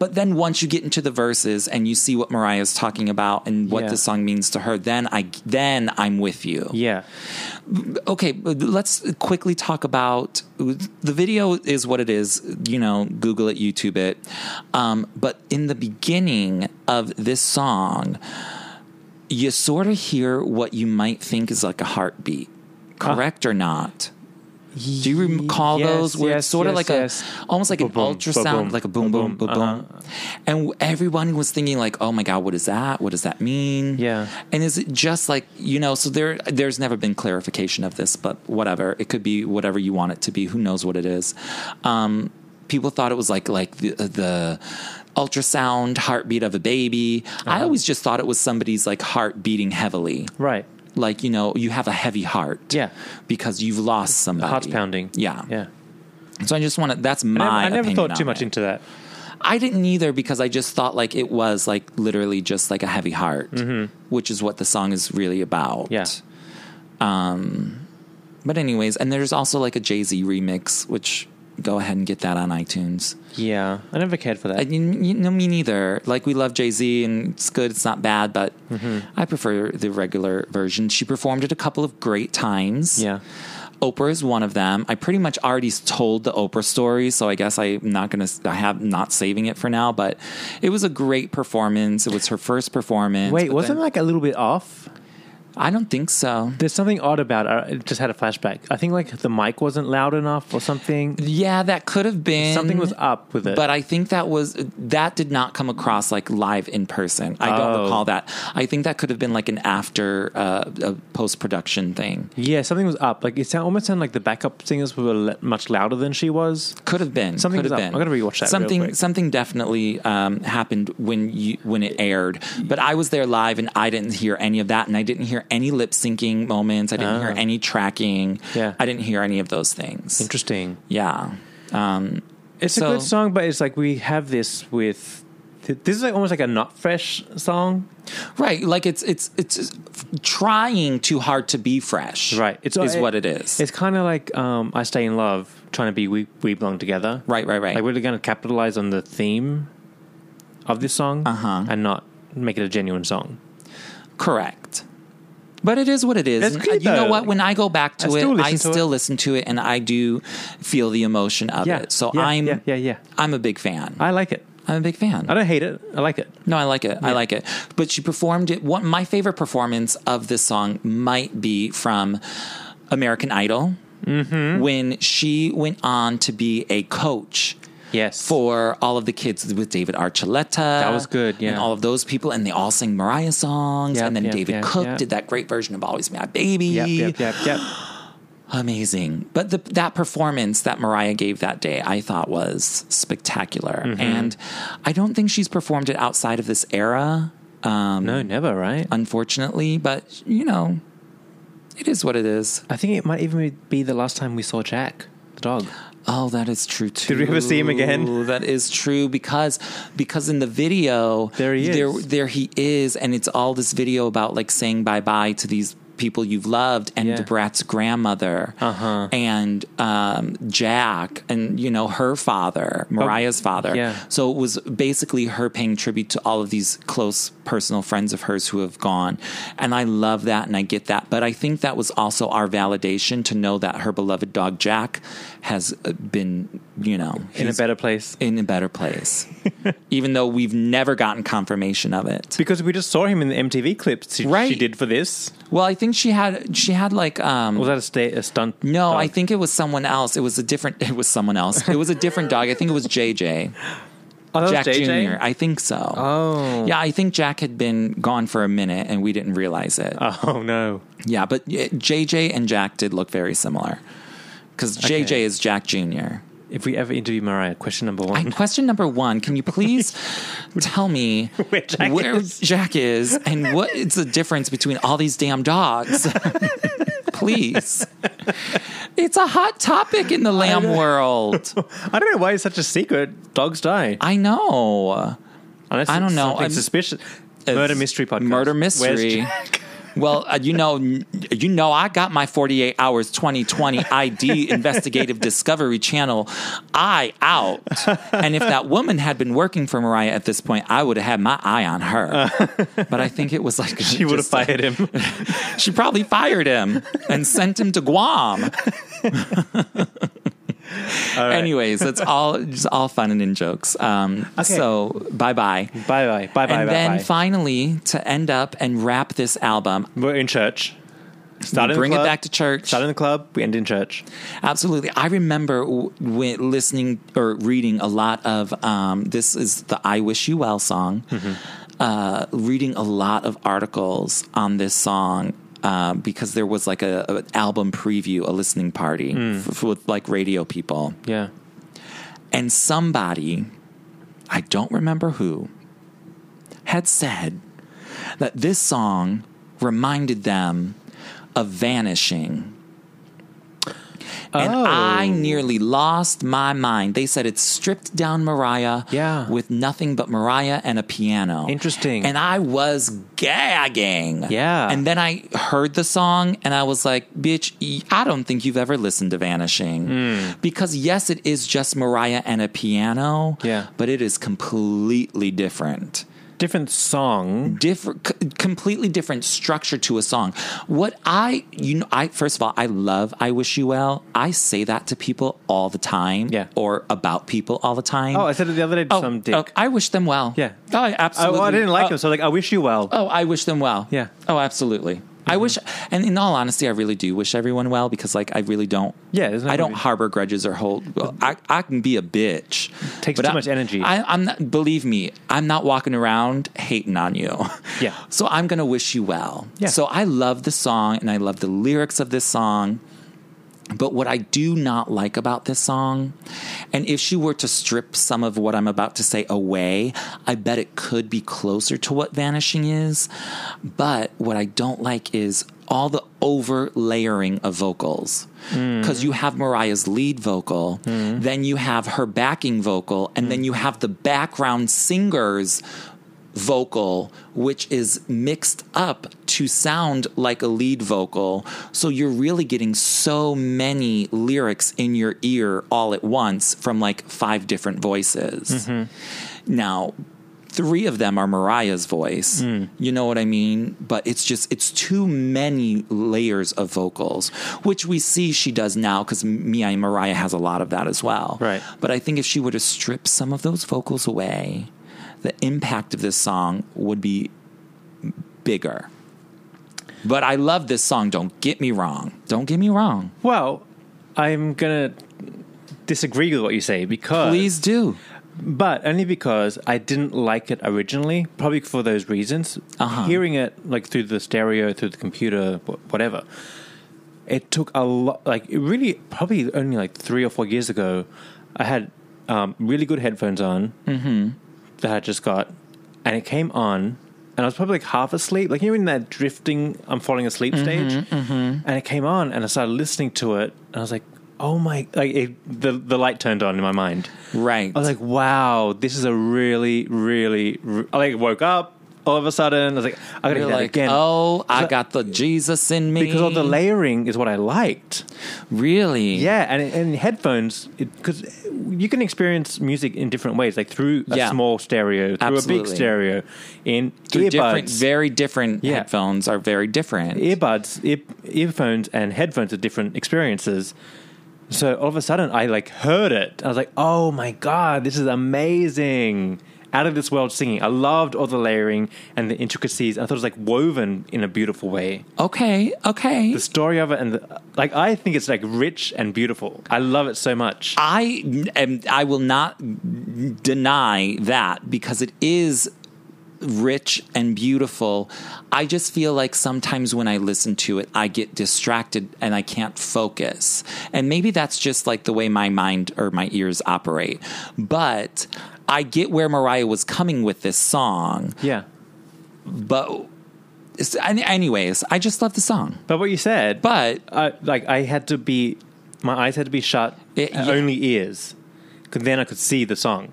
Speaker 2: But then once you get into the verses and you see what Mariah's talking about and what
Speaker 1: Yeah.
Speaker 2: the song means to her, then I then I'm with you.
Speaker 1: Yeah.
Speaker 2: Okay, but let's quickly talk about the video is what it is, you know, Google it, YouTube it. Um, but in the beginning of this song, you sort of hear what you might think is like a heartbeat. Correct or not? Do you recall
Speaker 1: Yes,
Speaker 2: those? Where it's
Speaker 1: yes,
Speaker 2: sort of
Speaker 1: yes,
Speaker 2: like
Speaker 1: yes.
Speaker 2: a, almost like an
Speaker 1: Ba-boom,
Speaker 2: ultrasound,
Speaker 1: ba-boom,
Speaker 2: like a boom, boom, boom,
Speaker 1: ba-boom, uh-huh.
Speaker 2: boom. And everyone was thinking like, "Oh my god, what is that? What does that mean?"
Speaker 1: Yeah.
Speaker 2: And is it just like you know? So there, there's never been clarification of this, but whatever. It could be whatever you want it to be. Who knows what it is? Um, people thought it was like like the, the ultrasound heartbeat of a baby.
Speaker 1: Uh-huh.
Speaker 2: I always just thought it was somebody's like heart beating heavily
Speaker 1: Right.
Speaker 2: like you know you have a heavy heart
Speaker 1: Yeah.
Speaker 2: because you've lost somebody
Speaker 1: Heart's pounding.
Speaker 2: yeah
Speaker 1: Yeah.
Speaker 2: so i just want to that's my
Speaker 1: I never, I never
Speaker 2: opinion
Speaker 1: thought
Speaker 2: on
Speaker 1: too much
Speaker 2: it.
Speaker 1: into that.
Speaker 2: i didn't either because i just thought like it was like literally just like a heavy heart which is what the song is really about
Speaker 1: Mm-hmm.
Speaker 2: Um,
Speaker 1: Yeah.
Speaker 2: but anyways and there's also like a jay-z remix which go ahead and get that on itunes
Speaker 1: Yeah. I never cared for that.
Speaker 2: I, you, you know me neither like we love jay-z and it's good it's not bad but
Speaker 1: Mm-hmm.
Speaker 2: i prefer the regular version she performed it a couple of great times
Speaker 1: yeah.
Speaker 2: Oprah is one of them. I pretty much already told the Oprah story, so I guess I'm not gonna. I have not saving it for now, but it was a great performance. It was her first performance.
Speaker 1: Wait,
Speaker 2: but
Speaker 1: wasn't
Speaker 2: then-
Speaker 1: like a little bit off?
Speaker 2: I don't think so.
Speaker 1: There's something odd about uh, it. I just had a flashback. I think like the mic wasn't loud enough or something.
Speaker 2: Yeah, that could have been
Speaker 1: Something was up with it.
Speaker 2: But I think that was that did not come across like live in person. I don't
Speaker 1: Oh.
Speaker 2: recall that. I think that could have been like an after uh, a post production thing.
Speaker 1: yeah, something was up. Like it sound, almost sounded like the backup singers were le- much louder than she was.
Speaker 2: Could have been.
Speaker 1: Something
Speaker 2: could
Speaker 1: was
Speaker 2: have
Speaker 1: up.
Speaker 2: been.
Speaker 1: I gotta rewatch that real
Speaker 2: Something
Speaker 1: quick.
Speaker 2: something definitely um, happened when you when it aired. But I was there live and I didn't hear any of that and I didn't hear any lip syncing moments. I didn't hear any tracking.
Speaker 1: Ah. Yeah.
Speaker 2: I didn't hear any of those things.
Speaker 1: Interesting.
Speaker 2: Yeah. Um,
Speaker 1: It's
Speaker 2: So-
Speaker 1: a good song, but it's like we have this with. th- This is like almost like a not fresh song,
Speaker 2: right. Like it's it's it's trying too hard to be fresh.
Speaker 1: right? It's uh,
Speaker 2: is what it is.
Speaker 1: It's kind of like um, "I Stay in Love," trying to be we we belong together,
Speaker 2: Right, right, right.
Speaker 1: Like we're going to capitalize on the theme of this song
Speaker 2: Uh-huh.
Speaker 1: and not make it a genuine song.
Speaker 2: Correct. But it is what it is.
Speaker 1: It's
Speaker 2: And uh,
Speaker 1: good,
Speaker 2: you know
Speaker 1: though.
Speaker 2: what? When I go back to
Speaker 1: I
Speaker 2: it,
Speaker 1: still listen
Speaker 2: I
Speaker 1: to
Speaker 2: still
Speaker 1: it.
Speaker 2: listen to it and I do feel the emotion of
Speaker 1: Yeah,
Speaker 2: it. So
Speaker 1: yeah,
Speaker 2: I'm
Speaker 1: yeah, yeah, yeah.
Speaker 2: I'm a big fan.
Speaker 1: I like it.
Speaker 2: I'm a big fan.
Speaker 1: I don't hate it. I like it.
Speaker 2: No, I like it. I like it. But she performed it. One, my favorite performance of this song might be from American Idol
Speaker 1: Mm-hmm.
Speaker 2: when she went on to be a coach
Speaker 1: Yes.
Speaker 2: for all of the kids with David Archuleta. That
Speaker 1: was good, yeah.
Speaker 2: And all of those people, and they all sang Mariah songs.
Speaker 1: Yep,
Speaker 2: and then
Speaker 1: yep,
Speaker 2: David
Speaker 1: yep,
Speaker 2: Cook
Speaker 1: yep.
Speaker 2: did that great version of "Always Be My Baby."
Speaker 1: Yep, yep, yep, yep.
Speaker 2: amazing. But the, that performance that Mariah gave that day, I thought was spectacular. And I don't think she's performed it outside of this era,
Speaker 1: No, never, right?
Speaker 2: unfortunately. But you know, it is what it is.
Speaker 1: I think it might even be the last time we saw Jack, the dog.
Speaker 2: Oh, that is true too.
Speaker 1: we ever see him again?
Speaker 2: That is true because because in the video
Speaker 1: There he
Speaker 2: There,
Speaker 1: is.
Speaker 2: there he is, and it's all this video about like saying bye bye to these people you've loved and
Speaker 1: Yeah.
Speaker 2: Debrat's grandmother
Speaker 1: Uh-huh.
Speaker 2: and um, Jack and you know her father, Mariah's father.
Speaker 1: Oh, yeah.
Speaker 2: So it was basically her paying tribute to all of these close personal friends of hers who have gone. And I love that and I get that. But I think that was also our validation to know that her beloved dog Jack has uh, been, you know,
Speaker 1: In a
Speaker 2: he's
Speaker 1: better place.
Speaker 2: in a better place. Even though we've never gotten confirmation of it.
Speaker 1: Because we just saw him in the MTV clips she, she
Speaker 2: Right.
Speaker 1: did for this.
Speaker 2: Well, I think she had she had like um
Speaker 1: Was that a, sta- a stunt?
Speaker 2: no,
Speaker 1: dog?
Speaker 2: I think it was someone else. It was a different it was someone else. It was a different dog. I think it was JJ.
Speaker 1: oh, that was
Speaker 2: Jack
Speaker 1: JJ?
Speaker 2: Jr. I think so.
Speaker 1: Oh.
Speaker 2: Yeah, I think Jack had been gone for a minute and we didn't realize it.
Speaker 1: Oh, no.
Speaker 2: yeah, eh, but uh, JJ and Jack did look very similar because
Speaker 1: Okay.
Speaker 2: JJ is Jack Jr.
Speaker 1: if we ever interview Mariah, question number
Speaker 2: I,
Speaker 1: one.
Speaker 2: question number one: Can you please tell me
Speaker 1: Where Jack is.
Speaker 2: Jack is and what is the difference between all these damn dogs? please, it's a hot topic in the lamb world.
Speaker 1: I, don't know why it's such a secret. Dogs die.
Speaker 2: I know.
Speaker 1: Unless
Speaker 2: I don't
Speaker 1: it's
Speaker 2: know.
Speaker 1: something
Speaker 2: I'm-
Speaker 1: suspicious. Murder mystery podcast.
Speaker 2: Murder
Speaker 1: Where's
Speaker 2: mystery.
Speaker 1: Jack?
Speaker 2: Well, uh, you know, you know, I got my 48 hours 2020 ID investigative discovery channel eye out. And if that woman had been working for Mariah at this point, I would have had my eye on her. But I think it was like
Speaker 1: She would have
Speaker 2: just like-
Speaker 1: fired him.
Speaker 2: she probably fired him and sent him to Guam. Anyways, it's all just all fun and in jokes. Um,
Speaker 1: Okay.
Speaker 2: So bye bye.
Speaker 1: bye bye. Bye bye.
Speaker 2: and
Speaker 1: bye,
Speaker 2: then
Speaker 1: bye.
Speaker 2: finally to end up and wrap this album
Speaker 1: We're in church. Start in the
Speaker 2: bring it
Speaker 1: club.
Speaker 2: back to church
Speaker 1: Start in the club. We end in church.
Speaker 2: absolutely i remember w- when listening or reading a lot of um, this is the i wish you well song
Speaker 1: Mm-hmm.
Speaker 2: uh, reading a lot of articles on this song uh, because there was like a, an album preview a listening party
Speaker 1: Mm.
Speaker 2: f- with like radio people
Speaker 1: Yeah.
Speaker 2: and somebody, I don't remember who, had said that this song reminded them of vanishing. And
Speaker 1: Oh.
Speaker 2: I nearly lost my mind. They said it's stripped down Mariah
Speaker 1: Yeah.
Speaker 2: with nothing but Mariah and a piano.
Speaker 1: Interesting.
Speaker 2: And I was gagging.
Speaker 1: Yeah.
Speaker 2: And then I heard the song and I was like, bitch, y- I don't think you've ever listened to Vanishing.
Speaker 1: Hmm.
Speaker 2: Because, yes, it is just Mariah and a piano.
Speaker 1: Yeah.
Speaker 2: But it is completely different.
Speaker 1: Different
Speaker 2: Mm-hmm.
Speaker 1: song.
Speaker 2: Different, c- completely different structure to a song. What I, you know, I first of all, I love "I Wish You Well." I say that to people all the time,
Speaker 1: Yeah.
Speaker 2: or about people all the time.
Speaker 1: Oh, I said it the other day to
Speaker 2: Oh,
Speaker 1: some dick.
Speaker 2: oh, I wish them well.
Speaker 1: Yeah.
Speaker 2: Oh, I
Speaker 1: I,
Speaker 2: absolutely.
Speaker 1: well, I didn't like
Speaker 2: oh,
Speaker 1: him, so like I wish you well.
Speaker 2: Oh, I wish them well.
Speaker 1: Yeah. Mm-hmm.
Speaker 2: Oh, absolutely. I wish, and in all honesty, I really do wish everyone well because, like, I really don't.
Speaker 1: Yeah, there's no
Speaker 2: I don't
Speaker 1: reason.
Speaker 2: harbor grudges or hold. well, I, I can be a bitch.
Speaker 1: Takes
Speaker 2: but
Speaker 1: too
Speaker 2: I-
Speaker 1: much energy.
Speaker 2: I, I'm not. Believe me, I'm not walking around hating on you.
Speaker 1: Yeah.
Speaker 2: So I'm gonna wish you well.
Speaker 1: Yeah.
Speaker 2: So I love the song and I love the lyrics of this song. But what I do not like about this song, and if she were to strip some of what I'm about to say away, I bet it could be closer to what vanishing is. But what I don't like is all the over layering of vocals. Because you have Mariah's lead vocal, then you have her backing vocal, and then you have the background singer's vocal, which is mixed up to sound like a lead vocal. So you're really getting so many lyrics in your ear all at once from like five different voices. Now, three of them are Mariah's voice.
Speaker 1: Hmm.
Speaker 2: You know what I mean? But it's just, it's too many layers of vocals, which we see she does now because Mia and Mariah has a lot of that as well.
Speaker 1: Right.
Speaker 2: But I think if she were to strip some of those vocals away, the impact of this song would be bigger. But I love this song. Don't get me wrong. Don't get me wrong.
Speaker 1: Well, I'm gonna disagree with what you say because
Speaker 2: Please do.
Speaker 1: but only because I didn't like it originally, probably for those reasons. Hearing it like through the stereo, through the computer, wh- whatever, it took a lot. Like it really, probably only like three or four years ago, I had um, really good headphones on that I just got, and it came on. And I was probably like half asleep, like you know, in that drifting, I'm falling asleep stage. And it came on, and I started listening to it, and I was like, "Oh my!" Like it, the the light turned on in my mind,
Speaker 2: Right.
Speaker 1: I was like, wow, this is a really, really. re- I like woke up all of a sudden. I was like, I gotta
Speaker 2: You're
Speaker 1: hear that
Speaker 2: like,
Speaker 1: again.
Speaker 2: oh, I
Speaker 1: So-
Speaker 2: got the Jesus in me.
Speaker 1: because all the layering is what I liked.
Speaker 2: Really?
Speaker 1: Yeah, and and headphones because you can experience music in different ways, like through a
Speaker 2: Yeah.
Speaker 1: small stereo, through a big
Speaker 2: Absolutely.
Speaker 1: stereo, in
Speaker 2: They're
Speaker 1: earbuds,
Speaker 2: different, very different
Speaker 1: Yeah.
Speaker 2: headphones are very different.
Speaker 1: earbuds, ear, earphones, and headphones are different experiences. So all of a sudden, I like heard it. I was like, "Oh my god, this is amazing!" Out of this world singing. I loved all the layering and the intricacies. I thought it was like woven in a beautiful way.
Speaker 2: okay, okay.
Speaker 1: The story of it and the, like, I think it's like rich and beautiful. I love it so much.
Speaker 2: I am, I will not deny that because it is rich and beautiful. I just feel like sometimes when I listen to it, I get distracted and I can't focus. And maybe that's just like the way my mind or my ears operate. But I get where Mariah was coming with this song.
Speaker 1: Yeah.
Speaker 2: But it's- an- anyways, I just love the song.
Speaker 1: But what you said,
Speaker 2: But
Speaker 1: I, like I had to be, my eyes had to be shut,
Speaker 2: It-
Speaker 1: and
Speaker 2: yeah.
Speaker 1: only ears, because then I could see the song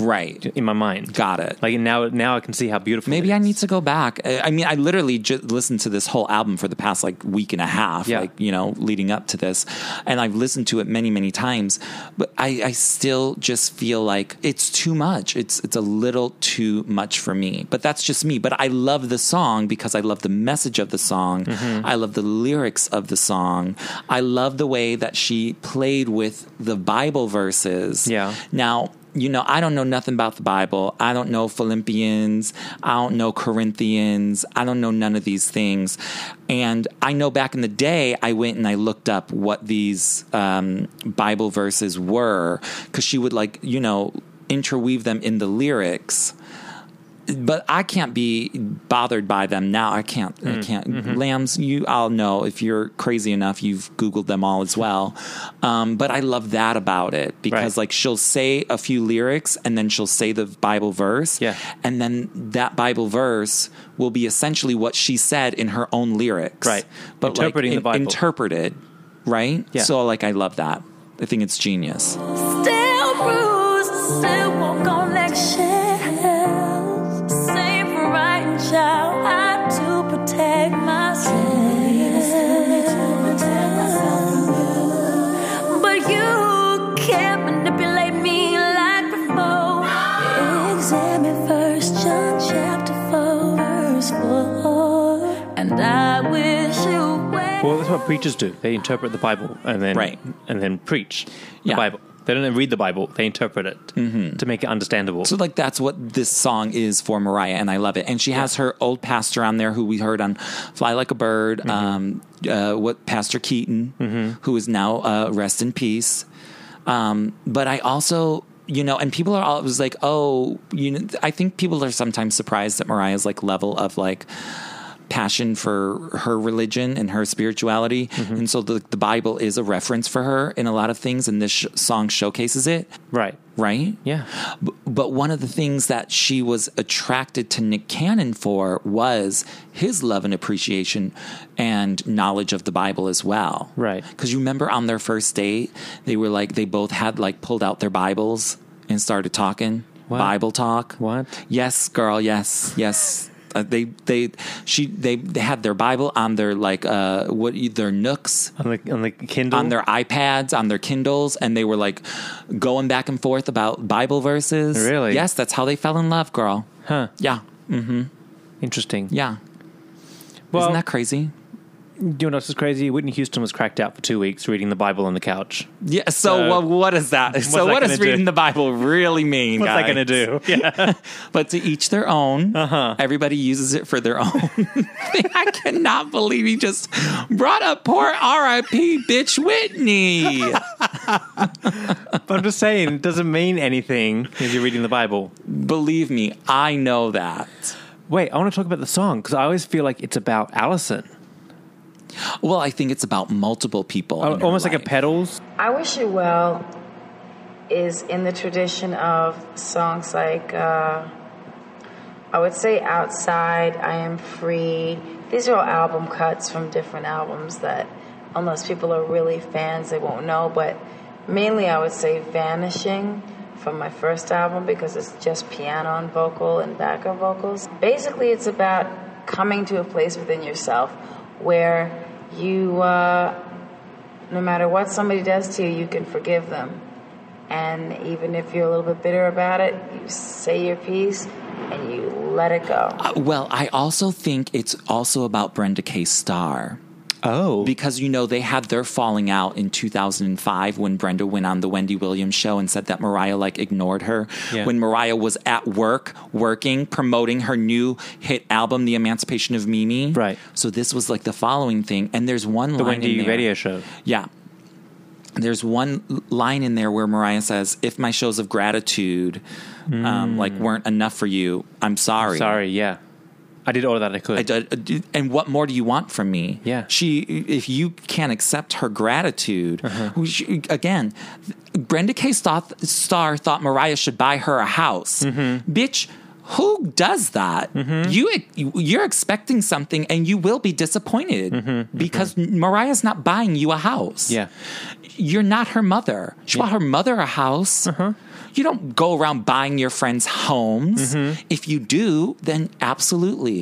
Speaker 2: right,
Speaker 1: in my mind.
Speaker 2: got it.
Speaker 1: Like now, now I can see how beautiful.
Speaker 2: Maybe
Speaker 1: it
Speaker 2: I
Speaker 1: is.
Speaker 2: need to go back. I I mean, I literally just listened to this whole album for the past like week and a half,
Speaker 1: Yeah.
Speaker 2: like, you know, leading up to this. And I've listened to it many, many times, but I, I still just feel like it's too much. It's, it's a little too much for me, but that's just me. But I love the song because I love the message of the song.
Speaker 1: Mm-hmm.
Speaker 2: I love the lyrics of the song. I love the way that she played with the Bible verses.
Speaker 1: Yeah.
Speaker 2: Now, you know, I don't know nothing about the Bible. I don't know Philippians. I don't know Corinthians. I don't know none of these things. And I know back in the day, I went and I looked up what these um, Bible verses were because she would like, you know, interweave them in the lyrics. But I can't be bothered by them now. I can't.
Speaker 1: Mm,
Speaker 2: I can't.
Speaker 1: mm-hmm.
Speaker 2: Lambs, you. I'll know if you're crazy enough. You've googled them all as well. Um, but I love that about it because,
Speaker 1: Right.
Speaker 2: like, she'll say a few lyrics and then she'll say the Bible verse.
Speaker 1: Yeah.
Speaker 2: And then that Bible verse will be essentially what she said in her own lyrics.
Speaker 1: Right.
Speaker 2: But
Speaker 1: Interpreting
Speaker 2: like,
Speaker 1: the
Speaker 2: in-
Speaker 1: Bible.
Speaker 2: interpreted, right?
Speaker 1: Yeah.
Speaker 2: So like I love that. I think it's genius.
Speaker 3: Still bruised, still walk on like shells. Same for right and child, I do protect myself. But you can't manipulate me like before. Examine first John chapter four, verse four. And I wish you would.
Speaker 1: Well, that's what preachers do. They interpret the Bible and then
Speaker 2: Right.
Speaker 1: and then preach the
Speaker 2: Yeah.
Speaker 1: Bible. They don't read the Bible; they interpret it to make it understandable.
Speaker 2: So like that's what this song is for Mariah, and I love it. And she has her old pastor on there who we heard on "Fly Like a Bird." Um, uh, what Pastor Keaton, who is now uh, rest in peace. Um, but I also. You know, and people are always like, "Oh, you." Know, I think people are sometimes surprised at Mariah's like level of like passion for her religion and her spirituality. And so the, the Bible is a reference for her in a lot of things, and this sh- song showcases it,
Speaker 1: right?
Speaker 2: right?
Speaker 1: Yeah.
Speaker 2: B- But one of the things that she was attracted to Nick Cannon for was his love and appreciation and knowledge of the Bible as well.
Speaker 1: Right.
Speaker 2: Because you remember on their first date, they were like, they both had like pulled out their Bibles and started talking.
Speaker 1: What?
Speaker 2: Bible talk.
Speaker 1: What?
Speaker 2: Yes, girl. Yes, yes. Uh, they they she they, they had their Bible on their like uh what their nooks
Speaker 1: On the on the Kindle,
Speaker 2: on their iPads, on their Kindles, and they were like going back and forth about Bible verses.
Speaker 1: Really?
Speaker 2: Yes, that's how they fell in love, girl.
Speaker 1: huh?
Speaker 2: Yeah,
Speaker 1: Interesting.
Speaker 2: yeah.
Speaker 1: Well,
Speaker 2: Isn't that crazy?
Speaker 1: do you know what else is crazy? Whitney Houston was cracked out for two weeks reading the Bible on the couch.
Speaker 2: Yeah. So, what, what is that? so
Speaker 1: that
Speaker 2: what does
Speaker 1: gonna do?
Speaker 2: reading the Bible really mean?
Speaker 1: What's that
Speaker 2: guys?
Speaker 1: going to do? Yeah.
Speaker 2: But to each their own. Uh-huh. Everybody uses it for their own. thing. I cannot believe he just brought up poor R.I.P. bitch Whitney.
Speaker 1: But I'm just saying, it doesn't mean anything if you're reading the Bible.
Speaker 2: believe me, I know that.
Speaker 1: Wait, I want to talk about the song because I always feel like it's about Allison,
Speaker 2: Well, I think it's about multiple people. in her
Speaker 1: almost like a
Speaker 2: life.
Speaker 1: pedals.
Speaker 5: I Wish You Well is in the tradition of songs like, uh, I would say Outside, I Am Free. These are all album cuts from different albums that, unless people are really fans, they won't know. But mainly, I would say Vanishing from my first album because it's just piano and vocal and backup vocals. Basically, it's about coming to a place within yourself where you. Uh, no matter what somebody does to you, you can forgive them. And even if you're a little bit bitter about it, you say your piece and you let it go.
Speaker 2: Uh, Well, I also think it's also about Brenda K. Starr
Speaker 1: Oh,
Speaker 2: because you know they had their falling out in 2005 when Brenda went on the Wendy Williams show and said that Mariah like ignored her
Speaker 1: Yeah.
Speaker 2: when Mariah was at work working promoting her new hit album The Emancipation of Mimi.
Speaker 1: Right.
Speaker 2: So this was like the following thing and there's one
Speaker 1: the
Speaker 2: line in
Speaker 1: Wendy
Speaker 2: there-
Speaker 1: radio show.
Speaker 2: yeah. there's one l- line in there where Mariah says, "If my shows of gratitude, um, like weren't enough for you, I'm sorry.
Speaker 1: Sorry, yeah. I did all that I could.
Speaker 2: I did- and what more do you want from me?
Speaker 1: Yeah.
Speaker 2: She, if you can't accept her gratitude,
Speaker 1: Uh-huh.
Speaker 2: which, again, Brenda K. Stoth, Star thought Mariah should buy her a house.
Speaker 1: Mm-hmm.
Speaker 2: Bitch, who does that? You, you're expecting something and you will be disappointed because Mariah's not buying you a
Speaker 1: Mm-hmm.
Speaker 2: house
Speaker 1: Yeah.
Speaker 2: you're not her mother. She bought her mother a house. You don't go around buying your friends homes. If you do, then absolutely,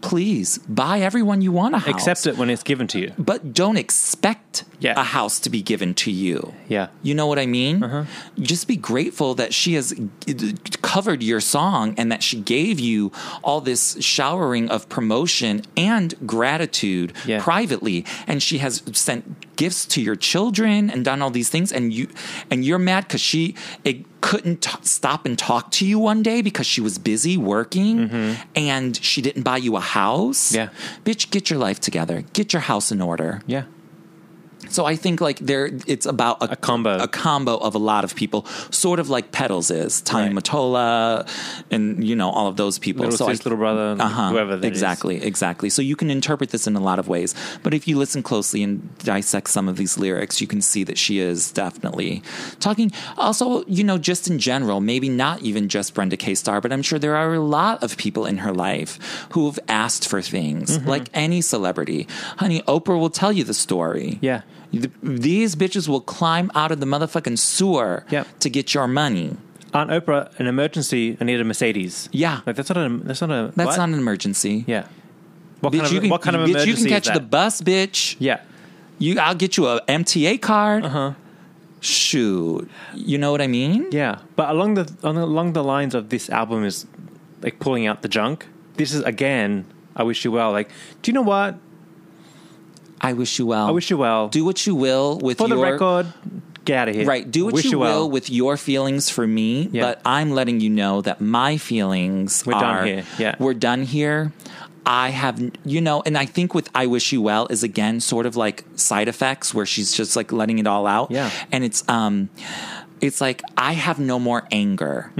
Speaker 2: please buy everyone you want a house.
Speaker 1: Accept it when it's given to you.
Speaker 2: But don't expect
Speaker 1: Yeah.
Speaker 2: a house to be given to you.
Speaker 1: Yeah. Uh-huh.
Speaker 2: You know what I mean? Just be grateful that she has g- covered your song and that she gave you all this showering of promotion and gratitude
Speaker 1: Yeah.
Speaker 2: privately and she has sent gifts to your children and done all these things and you and you're mad cuz she it couldn't t- stop and talk to you one day because she was busy working and she didn't buy you a house.
Speaker 1: Mm-hmm. Yeah.
Speaker 2: Bitch, get your life together. Get your house in order.
Speaker 1: Yeah.
Speaker 2: So I think like there, it's about a,
Speaker 1: A combo.
Speaker 2: a combo of a lot of people, sort of like Petals is, Tommy
Speaker 1: Right.
Speaker 2: Matola, and you know all of those people.
Speaker 1: Little
Speaker 2: so I- Uh-huh.
Speaker 1: sis, little brother, whoever that is.
Speaker 2: exactly, exactly. So you can interpret this in a lot of ways, but if you listen closely and dissect some of these lyrics, you can see that she is definitely talking. Also, you know, just in general, maybe not even just Brenda K. Star, but I'm sure there are a lot of people in her life who have asked for things,
Speaker 1: Mm-hmm.
Speaker 2: like any celebrity. Honey, Oprah will tell you the story.
Speaker 1: Yeah.
Speaker 2: Th- These bitches will climb out of the motherfucking sewer
Speaker 1: Yep.
Speaker 2: to get your money.
Speaker 1: Aunt Oprah, an emergency, I need a Mercedes.
Speaker 2: Yeah.
Speaker 1: Like that's not a that's not a what?
Speaker 2: That's not an emergency.
Speaker 1: Yeah. What
Speaker 2: Bitch,
Speaker 1: kind of
Speaker 2: you can,
Speaker 1: what kind of
Speaker 2: bitch,
Speaker 1: emergency
Speaker 2: you can catch
Speaker 1: is
Speaker 2: the
Speaker 1: that?
Speaker 2: bus, bitch.
Speaker 1: Yeah.
Speaker 2: You, I'll get you a MTA card. Uh
Speaker 1: Uh-huh.
Speaker 2: huh. Shoot, you know what I mean?
Speaker 1: Yeah. But along the along the lines of this album is like pulling out the junk. This is again, I wish you well. Like, do you know what?
Speaker 2: I wish you well.
Speaker 1: I wish you well.
Speaker 2: Do what you will with
Speaker 1: For
Speaker 2: your
Speaker 1: the record, get out of here.
Speaker 2: right. Do what
Speaker 1: Wish
Speaker 2: you, will
Speaker 1: well.
Speaker 2: with your feelings for me,
Speaker 1: Yeah.
Speaker 2: but I'm letting you know that my feelings
Speaker 1: We're done
Speaker 2: are-
Speaker 1: here. Yeah.
Speaker 2: we're done here. I have, you know, and I think with "I wish you well" is again sort of like side effects where she's just like letting it all out.
Speaker 1: Yeah.
Speaker 2: and it's um, it's like I have no more anger.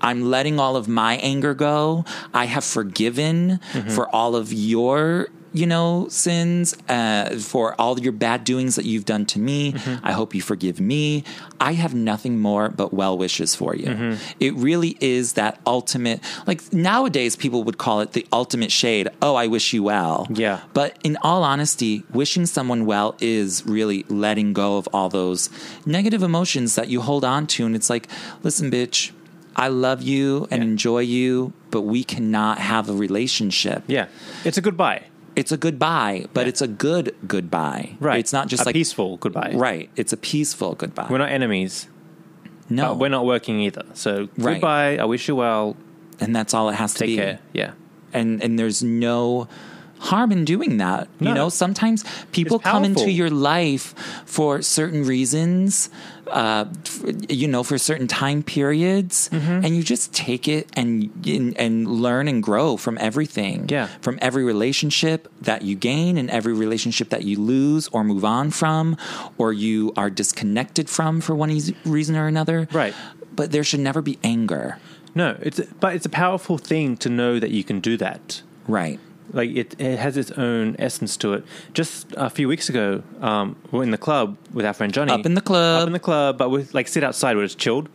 Speaker 2: I'm letting all of my anger go. I have forgiven for all of your, you know, sins, uh, for all your bad doings that you've done to me. I hope you forgive me. I have nothing more but well wishes for you. It really is that ultimate, like nowadays people would call it the ultimate shade. Oh, I wish you well.
Speaker 1: Yeah.
Speaker 2: But in all honesty, wishing someone well is really letting go of all those negative emotions that you hold on to. And it's like, listen, bitch, I love you and
Speaker 1: Yeah.
Speaker 2: enjoy you, but we cannot have a relationship.
Speaker 1: Yeah. It's a goodbye.
Speaker 2: It's a goodbye, but
Speaker 1: Yeah.
Speaker 2: it's a good goodbye.
Speaker 1: Right.
Speaker 2: It's not just
Speaker 1: a
Speaker 2: like
Speaker 1: peaceful goodbye.
Speaker 2: Right. It's a peaceful goodbye.
Speaker 1: We're not enemies.
Speaker 2: no.
Speaker 1: But we're not working either. So
Speaker 2: Right.
Speaker 1: goodbye. I wish you well.
Speaker 2: and that's all it has to
Speaker 1: Take
Speaker 2: be.
Speaker 1: care. Yeah.
Speaker 2: and and there's no harm in doing that you
Speaker 1: No.
Speaker 2: know sometimes people
Speaker 1: It's
Speaker 2: come into
Speaker 1: powerful.
Speaker 2: your life for certain reasons uh f- you know for certain time periods
Speaker 1: Mm-hmm.
Speaker 2: and you just take it and, and and learn and grow from everything
Speaker 1: Yeah.
Speaker 2: from every relationship that you gain and every relationship that you lose or move on from or you are disconnected from for one eas- reason or another
Speaker 1: Right.
Speaker 2: but there should never be anger
Speaker 1: No, it's but it's a powerful thing to know that you can do that.
Speaker 2: right
Speaker 1: like it, it has its own essence to it. Just a few weeks ago, um, we we're in the club with our friend Johnny.
Speaker 2: Up in the club.
Speaker 1: up in the club, but with like sit outside where it's chilled.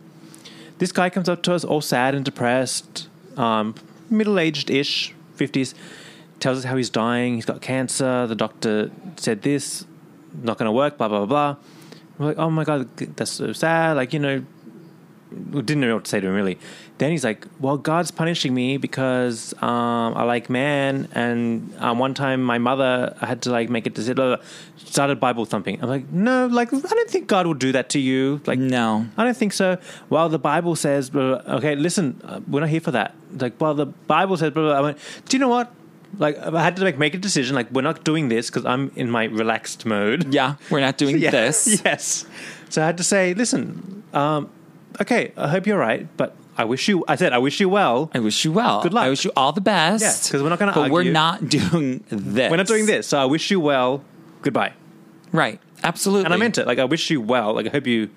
Speaker 1: This guy comes up to us, all sad and depressed, um, middle aged ish, fifties. Tells us how he's dying. He's got cancer. The doctor said this, not going to work. Blah blah blah. blah. We're like, oh my god, that's so sad. Like you know, we didn't know what to say to him really. Then he's like, "Well, God's punishing me because um, I like man, and um, one time my mother I had to like make it to blah, blah, started Bible thumping." I'm like, "No, like I don't think God will do that to you. Like,
Speaker 2: No.
Speaker 1: I don't think so." Well, the Bible says, blah, blah, blah. "Okay, listen, uh, we're not here for that." Like, well, the Bible says, blah, blah, blah. I went, "Do you know what?" Like, I had to like make a decision. Like, we're not doing this because I'm in my relaxed mode.
Speaker 2: yeah we're not doing
Speaker 1: Yeah.
Speaker 2: this
Speaker 1: Yes. So I had to say, listen, um, okay, I hope you're right, but I wish you. I said I wish you well.
Speaker 2: I wish you well.
Speaker 1: Good luck.
Speaker 2: I wish you all the best.
Speaker 1: Yeah, 'cause we're not gonna
Speaker 2: But we're
Speaker 1: argue.
Speaker 2: not doing this.
Speaker 1: We're not doing this, so I wish you well. Goodbye.
Speaker 2: Right. Absolutely.
Speaker 1: And I meant it. Like I wish you well. Like I hope you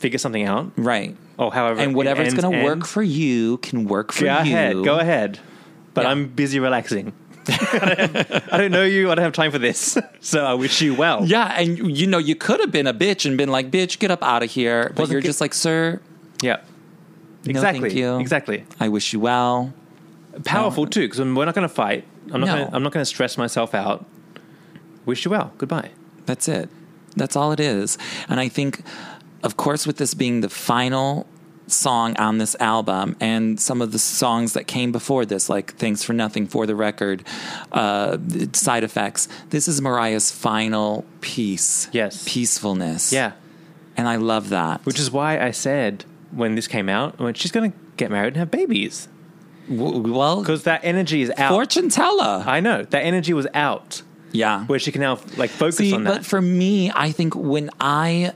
Speaker 1: figure something out
Speaker 2: Right.
Speaker 1: or however.
Speaker 2: And whatever's
Speaker 1: going to
Speaker 2: work for you can work for
Speaker 1: Go
Speaker 2: you.
Speaker 1: ahead. Go ahead. But
Speaker 2: Yeah.
Speaker 1: I'm busy relaxing. I don't know you. I don't have time for this. So I wish you well.
Speaker 2: Yeah, and you know, you could have been a bitch and been like, bitch, get up out of here. But
Speaker 1: Wasn't
Speaker 2: you're
Speaker 1: get-
Speaker 2: just like, sir,
Speaker 1: Yeah. Exactly.
Speaker 2: thank you.
Speaker 1: Exactly.
Speaker 2: I wish you well.
Speaker 1: Powerful too, because we're not going to fight. I'm not.
Speaker 2: No.
Speaker 1: Gonna, I'm not going to stress myself out. Wish you well. Goodbye.
Speaker 2: That's it. That's all it is. And I think, of course, with this being the final song on this album and some of the songs that came before this, like Thanks for Nothing, For the Record, uh, Side Effects, this is Mariah's final piece.
Speaker 1: Yes.
Speaker 2: Peacefulness.
Speaker 1: Yeah.
Speaker 2: And I love that.
Speaker 1: Which is why I said when this came out, I went, she's going to get married and have babies
Speaker 2: W- well,
Speaker 1: because that energy is out.
Speaker 2: fortune teller.
Speaker 1: I know that energy was out,
Speaker 2: yeah.
Speaker 1: where she can now like focus
Speaker 2: See,
Speaker 1: on
Speaker 2: But
Speaker 1: that.
Speaker 2: for me, I think when I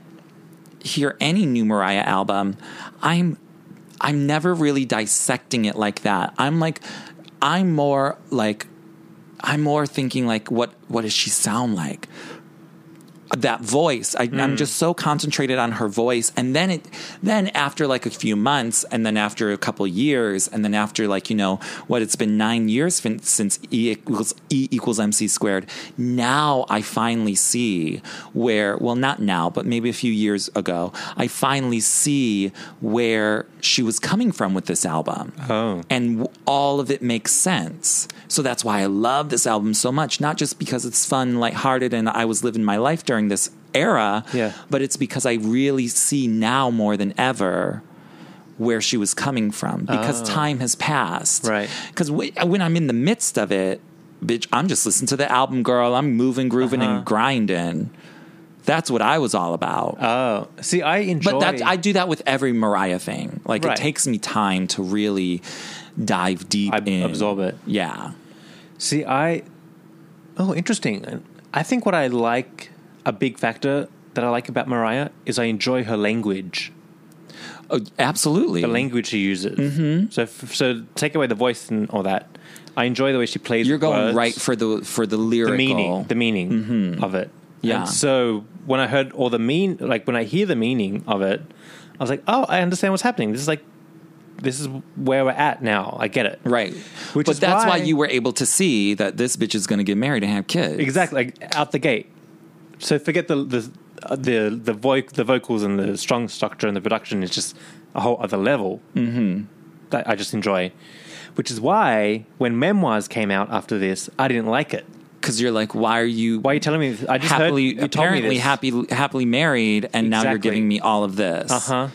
Speaker 2: hear any new Mariah album, I'm I'm never really dissecting it like that. I'm like I'm more like I'm more thinking like what what does she sound like? That voice, I, I'm just so concentrated on her voice, and then it, then after like a few months, and then after a couple years, and then after like you know what, it's been nine years fin- since E equals E equals MC squared. Now I finally see where, well, not now, but maybe a few years ago, I finally see where she was coming from with this album and w- all of it makes sense. So that's why I love this album so much. Not just because it's fun, lighthearted, and I was living my life during this era,
Speaker 1: Yeah.
Speaker 2: but it's because I really see now more than ever where she was coming from because time has passed.
Speaker 1: Oh. Right.
Speaker 2: Because when I'm in the midst of it, bitch, I'm just listening to the album, girl. I'm moving, grooving,
Speaker 1: Uh-huh.
Speaker 2: and grinding. That's what I was all about.
Speaker 1: Uh, See, I enjoy.
Speaker 2: But that I do that with every Mariah thing. Like
Speaker 1: Right.
Speaker 2: it takes me time to really dive deep
Speaker 1: Ab-
Speaker 2: in
Speaker 1: absorb it.
Speaker 2: Yeah.
Speaker 1: See, I. Oh, interesting. I think what I like, a big factor that I like about Mariah is I enjoy her language,
Speaker 2: Oh, absolutely.
Speaker 1: the language she uses. Mm-hmm. So, f- so take away the voice and all that. I enjoy the way she plays.
Speaker 2: You're
Speaker 1: with
Speaker 2: going
Speaker 1: words,
Speaker 2: right for the for the
Speaker 1: the
Speaker 2: lyrical.
Speaker 1: meaning, the meaning of it.
Speaker 2: Mm-hmm. Yeah.
Speaker 1: And so when I heard all the mean, like when I hear the meaning of it, I was like, oh, I understand what's happening. This is like, this is where we're at now. I get it.
Speaker 2: Right.
Speaker 1: Which
Speaker 2: but
Speaker 1: is
Speaker 2: that's why,
Speaker 1: why-
Speaker 2: you were able to see that this bitch is going to get married and have kids.
Speaker 1: Exactly, like out the gate. So forget the the uh, the the, vo- the vocals and the strong structure and the production is just a whole other level mm-hmm. that I just enjoy. Which is why when Memoirs came out after this, I didn't like it.
Speaker 2: Because you're like, why are you?
Speaker 1: Why are you telling me? This? I just
Speaker 2: happily,
Speaker 1: heard you told me
Speaker 2: apparently
Speaker 1: this
Speaker 2: happy, happily married, and now you're
Speaker 1: Exactly.
Speaker 2: giving me all of this.
Speaker 1: uh-huh,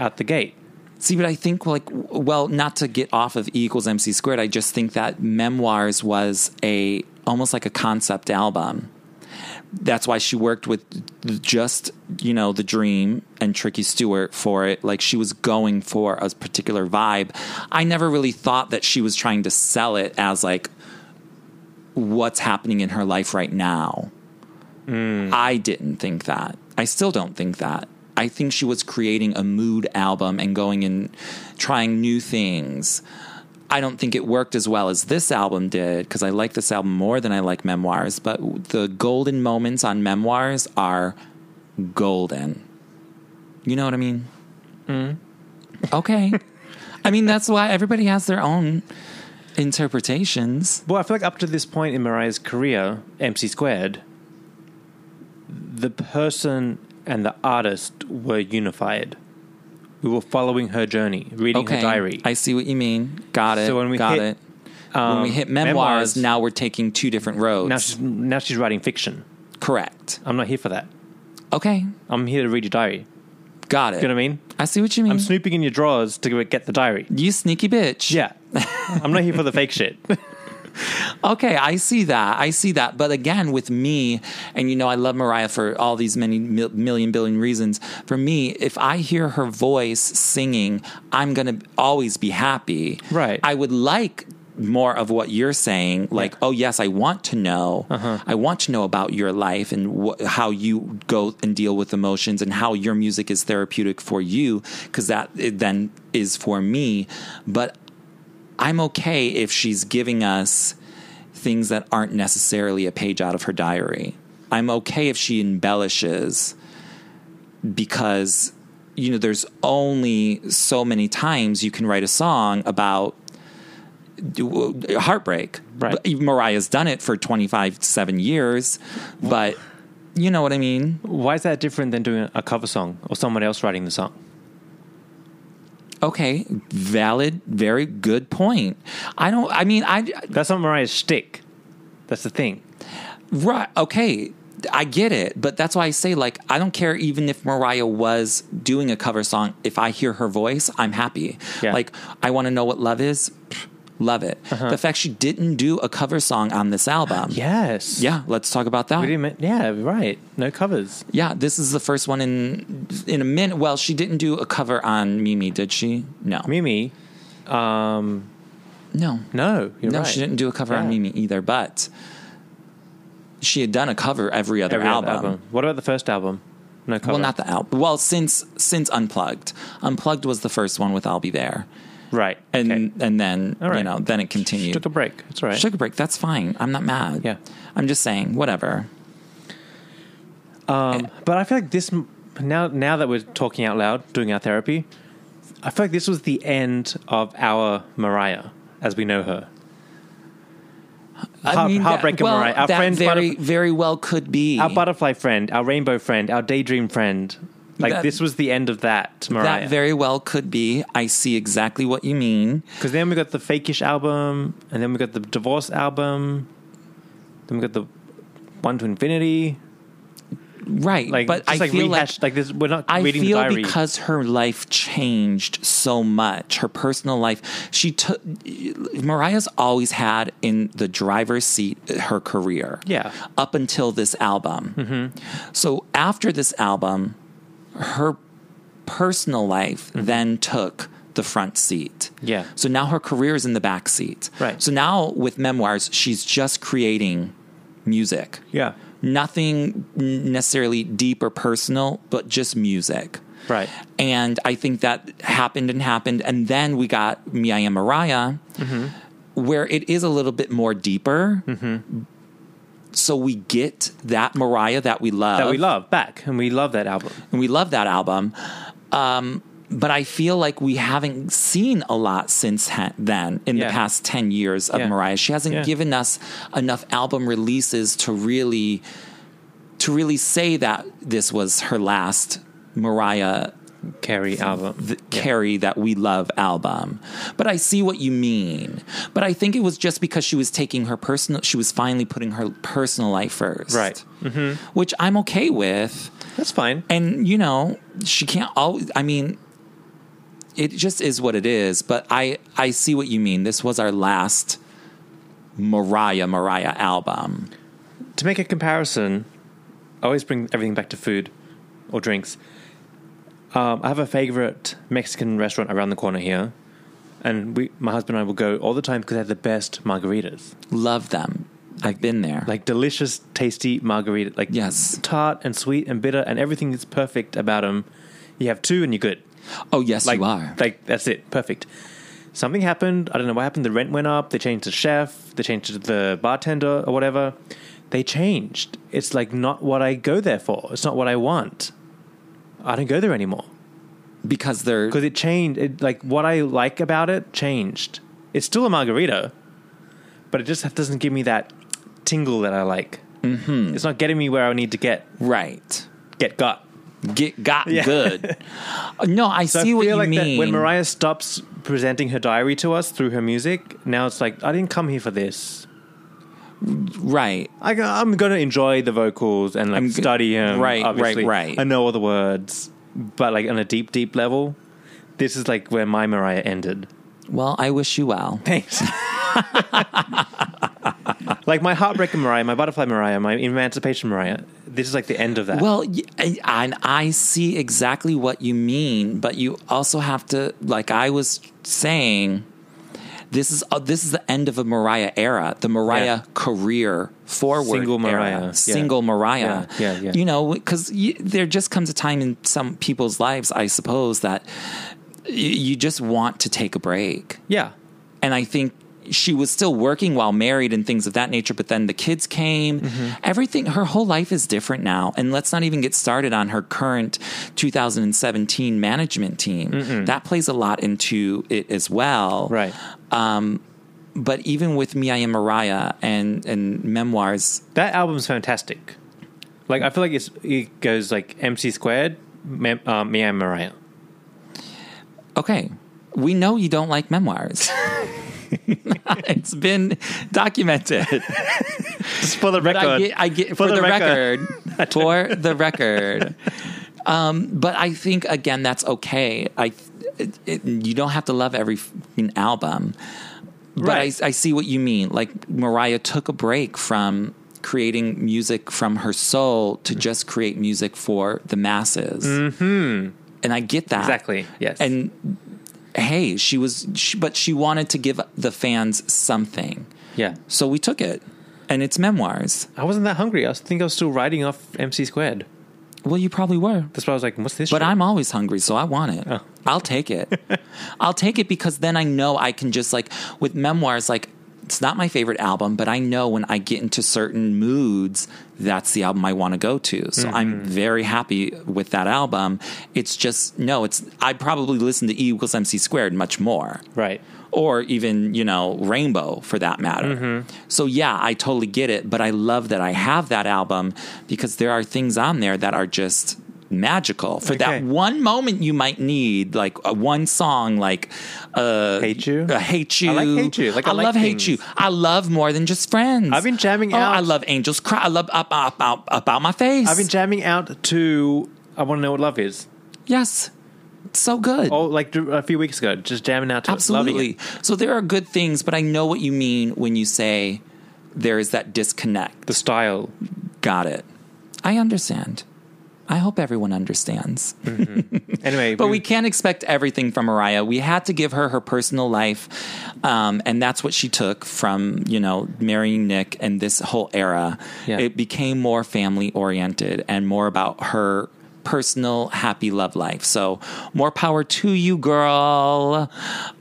Speaker 1: out the gate.
Speaker 2: See, but I think like, w- well, not to get off of E equals MC squared, I just think that memoirs was a almost like a concept album. That's why she worked with just you know the dream and Tricky Stewart for it. Like she was going for a particular vibe. I never really thought that she was trying to sell it as like what's happening in her life right now. I didn't think that. I still don't think that. I think she was creating a mood album and going and trying new things. I don't think it worked as well as this album did because I like this album more than I like Memoirs, but the golden moments on Memoirs are golden. You know what I mean? Okay. I mean, that's why everybody has their own interpretations.
Speaker 1: Well, I feel like up to this point in Mariah's career, MC Squared, the person and the artist were unified. We were following her journey, reading
Speaker 2: Okay.
Speaker 1: her diary.
Speaker 2: I see what you mean. Got it.
Speaker 1: So when we
Speaker 2: got
Speaker 1: hit,
Speaker 2: it.
Speaker 1: um,
Speaker 2: when we hit memoirs,
Speaker 1: memoirs-
Speaker 2: now we're taking two different roads.
Speaker 1: now she's now she's writing fiction.
Speaker 2: Correct.
Speaker 1: I'm not here for that.
Speaker 2: Okay.
Speaker 1: I'm here to read your diary.
Speaker 2: Got it.
Speaker 1: You know what I mean?
Speaker 2: I see what you mean.
Speaker 1: I'm snooping in your drawers to get the diary.
Speaker 2: you sneaky bitch.
Speaker 1: Yeah, I'm not here for the fake shit.
Speaker 2: Okay, I see that. I see that. But again, with me, and you know, I love Mariah for all these many mil- million billion reasons. For me, if I hear her voice singing, I'm going to always be happy.
Speaker 1: Right.
Speaker 2: I would like more of what you're saying like oh yes i want to know i want to know about your life and wh- how you go and deal with emotions and how your music is therapeutic for you because that it then is for me but i'm okay if she's giving us things that aren't necessarily a page out of her diary I'm okay if she embellishes because you know there's only so many times you can write a song about heartbreak.
Speaker 1: Right.
Speaker 2: But Mariah's done it for 25 7 years, but you know what I mean?
Speaker 1: Why is that different than doing a cover song or someone else writing the song?
Speaker 2: Okay, valid, very good point. I don't I mean I
Speaker 1: That's not Mariah's shtick. That's the thing.
Speaker 2: Right. Okay. I get it. But that's why I say, like, I don't care even if Mariah was doing a cover song. If I hear her voice, I'm happy.
Speaker 1: Yeah. Uh-huh.
Speaker 2: Like, I want to know what love is. Pfft, Love it. The fact she didn't do a cover song on this album.
Speaker 1: Yes.
Speaker 2: Yeah. Let's talk about that.
Speaker 1: We didn't. men- Yeah. Right. No covers.
Speaker 2: Yeah, this is the first one in in a minute. Well, she didn't do a cover on Mimi, did she? No,
Speaker 1: Mimi.
Speaker 2: no,
Speaker 1: No. You're
Speaker 2: no.
Speaker 1: right.
Speaker 2: She didn't do a cover on
Speaker 1: Yeah.
Speaker 2: Mimi either. But she had done a cover every other
Speaker 1: Every other
Speaker 2: album.
Speaker 1: album. What about the first album? No cover.
Speaker 2: Well, not the album. Well, since since Unplugged, Unplugged was the first one with I'll Be There,
Speaker 1: Right.
Speaker 2: and
Speaker 1: okay.
Speaker 2: and then
Speaker 1: All right.
Speaker 2: you know then it continued.
Speaker 1: took a break. That's all right.
Speaker 2: Took a break. That's fine. I'm not mad.
Speaker 1: Yeah.
Speaker 2: I'm just saying whatever.
Speaker 1: Um, but I feel like this m- now. Now that we're talking out loud, doing our therapy, I feel like this was the end of our Mariah as we know her. Heart- Heartbreaker
Speaker 2: well,
Speaker 1: Mariah. Our
Speaker 2: that
Speaker 1: friend
Speaker 2: very
Speaker 1: Butterf-
Speaker 2: very well could be
Speaker 1: Our butterfly friend, our rainbow friend, our daydream friend. Like
Speaker 2: That-
Speaker 1: this was the end of that Mariah.
Speaker 2: That very well could be. I see exactly what you mean.
Speaker 1: Because then we got the fakish album, and then we got the divorce album, then we got the one to infinity.
Speaker 2: Right.
Speaker 1: Like,
Speaker 2: but
Speaker 1: just
Speaker 2: I
Speaker 1: like
Speaker 2: feel like
Speaker 1: rehash, like, this. We're not
Speaker 2: I
Speaker 1: reading
Speaker 2: feel
Speaker 1: the diary.
Speaker 2: because her life changed so much, her personal life. She took Mariah's always had in the driver's seat her career.
Speaker 1: Yeah. Mm-hmm.
Speaker 2: Up until this album. So after this album, her personal life then took the front seat.
Speaker 1: Mm-hmm. Yeah.
Speaker 2: So now her career is in the back seat.
Speaker 1: Right.
Speaker 2: So now with memoirs, she's just creating music
Speaker 1: yeah,
Speaker 2: nothing necessarily deep or personal, but just music.
Speaker 1: right.
Speaker 2: And I think that happened and happened. And then we got Me, I Am Mariah,
Speaker 1: Mm-hmm.
Speaker 2: where it is a little bit more deeper. So we get that Mariah that we love.
Speaker 1: That we love back, and we love that album.
Speaker 2: And we love that album. Um, but I feel like we haven't seen a lot since he- then in
Speaker 1: Yeah.
Speaker 2: the past 10 years of
Speaker 1: Yeah.
Speaker 2: Mariah. She hasn't
Speaker 1: Yeah.
Speaker 2: given us enough album releases to really to really say that this was her last Mariah
Speaker 1: Carrie album.
Speaker 2: th- Carrie that we love album. But I see what you mean. But I think it was just because she was taking her personal she was finally putting her personal life first.
Speaker 1: Right. Mm-hmm.
Speaker 2: Which I'm okay with
Speaker 1: That's fine.
Speaker 2: and you know she can't always i mean it just is what it is but i i see what you mean this was our last mariah mariah album
Speaker 1: to make a comparison, I always bring everything back to food or drinks. Um, I have a favorite Mexican restaurant around the corner here, and we, my husband and I, will go all the time because they have the best margaritas,
Speaker 2: love them i've been there
Speaker 1: like delicious, tasty margarita, like
Speaker 2: Yes.
Speaker 1: tart and sweet and bitter, and everything is perfect about them. You have two and you're good.
Speaker 2: oh yes
Speaker 1: Like,
Speaker 2: you are
Speaker 1: like that's it, perfect. Something happened. I don't know what happened. The rent went up. They changed the chef. They changed the bartender or whatever. They changed. It's like not what I go there for. It's not what I want. I don't go there anymore
Speaker 2: because they're
Speaker 1: because it changed. It, like what I like about it changed. It's still a margarita, but it just doesn't give me that tingle that I like. Mm-hmm. It's not getting me where I need to get
Speaker 2: right
Speaker 1: get gut.
Speaker 2: get got
Speaker 1: Yeah.
Speaker 2: good no i
Speaker 1: So
Speaker 2: see
Speaker 1: I
Speaker 2: what
Speaker 1: feel
Speaker 2: you
Speaker 1: like
Speaker 2: mean
Speaker 1: That when Mariah stops presenting her diary to us through her music, now it's like I didn't come here for this.
Speaker 2: right
Speaker 1: I, go- I'm going to enjoy the vocals and like
Speaker 2: I'm g-
Speaker 1: study him.
Speaker 2: right, right,
Speaker 1: obviously.
Speaker 2: right.
Speaker 1: I know all the words, but like on a deep, deep level, this is like where my Mariah ended.
Speaker 2: well i wish you well
Speaker 1: Thanks. like my heartbreaking Mariah, my butterfly Mariah, my emancipation Mariah. This is like the end of that.
Speaker 2: Well, y- and and I see exactly what you mean, but you also have to, like I was saying, this is uh, this is the end of a Mariah era, the Mariah
Speaker 1: Yeah.
Speaker 2: career forward,
Speaker 1: Single
Speaker 2: era,
Speaker 1: Mariah, yeah.
Speaker 2: single Mariah.
Speaker 1: Yeah, yeah, yeah.
Speaker 2: You know, because there just comes a time in some people's lives, I suppose, that y- you just want to take a break,
Speaker 1: yeah,
Speaker 2: and I think she was still working while married and things of that nature, but then the kids came. Everything, her whole life is different now. And let's not even get started on her current 2017 management team. That plays a lot into it as well
Speaker 1: Right.
Speaker 2: but even with Me I Am Mariah and and memoirs,
Speaker 1: That album's fantastic. Like I feel like it's, it goes like MC squared, Mem, uh, Mia and Mariah.
Speaker 2: okay, we know you don't like memoirs. it's been documented.
Speaker 1: Just for the
Speaker 2: But I get, I get for, the, record, for the record. Um, but I think again that's okay. I it, it, you don't have to love every fucking album, but
Speaker 1: Right.
Speaker 2: I, I see what you mean. Like Mariah took a break from creating music from her soul to just create music for the masses. Mm-hmm. And I get that
Speaker 1: Exactly, yes.
Speaker 2: And hey, she was, she, but she wanted to give the fans something.
Speaker 1: yeah,
Speaker 2: So we took it, and it's memoirs.
Speaker 1: I wasn't that hungry. I was- think I was still riding off MC squared.
Speaker 2: Well, you probably were.
Speaker 1: That's why I was like, "What's this?"
Speaker 2: But
Speaker 1: shit?
Speaker 2: I'm always hungry, so I want it. I'll take it. I'll take it because then I know I can just like with memoirs, like it's not my favorite album, but I know when I get into certain moods, that's the album I want to go to. So I'm very happy with that album. It's just no, it's I probably listen to E equals MC squared much more
Speaker 1: right.
Speaker 2: or even you know rainbow for that matter
Speaker 1: Mm-hmm.
Speaker 2: so yeah i totally get it but i love that i have that album because there are things on there that are just magical for that
Speaker 1: Okay.
Speaker 2: one moment you might need like a one song like uh
Speaker 1: Hate You?
Speaker 2: uh, hate you
Speaker 1: I like Hate You. Like, I like
Speaker 2: love hate
Speaker 1: things.
Speaker 2: you i love more than just friends
Speaker 1: I've been jamming
Speaker 2: oh,
Speaker 1: out-
Speaker 2: i love angels cry i love up up up about my face
Speaker 1: I've been jamming out to "I Want to Know What Love Is."
Speaker 2: yes so good
Speaker 1: Oh, like a few weeks ago, just jamming out to it, loving
Speaker 2: Absolutely.
Speaker 1: it.
Speaker 2: So there are good things, but I know what you mean when you say there is that disconnect.
Speaker 1: The style,
Speaker 2: Got it. I understand. I hope everyone understands.
Speaker 1: anyway.
Speaker 2: But we can't expect everything from Mariah. We had to give her her personal life, um, and that's what she took from you know marrying Nick and this whole era.
Speaker 1: Yeah.
Speaker 2: It became more family oriented and more about her personal happy love life. So more power to you, girl.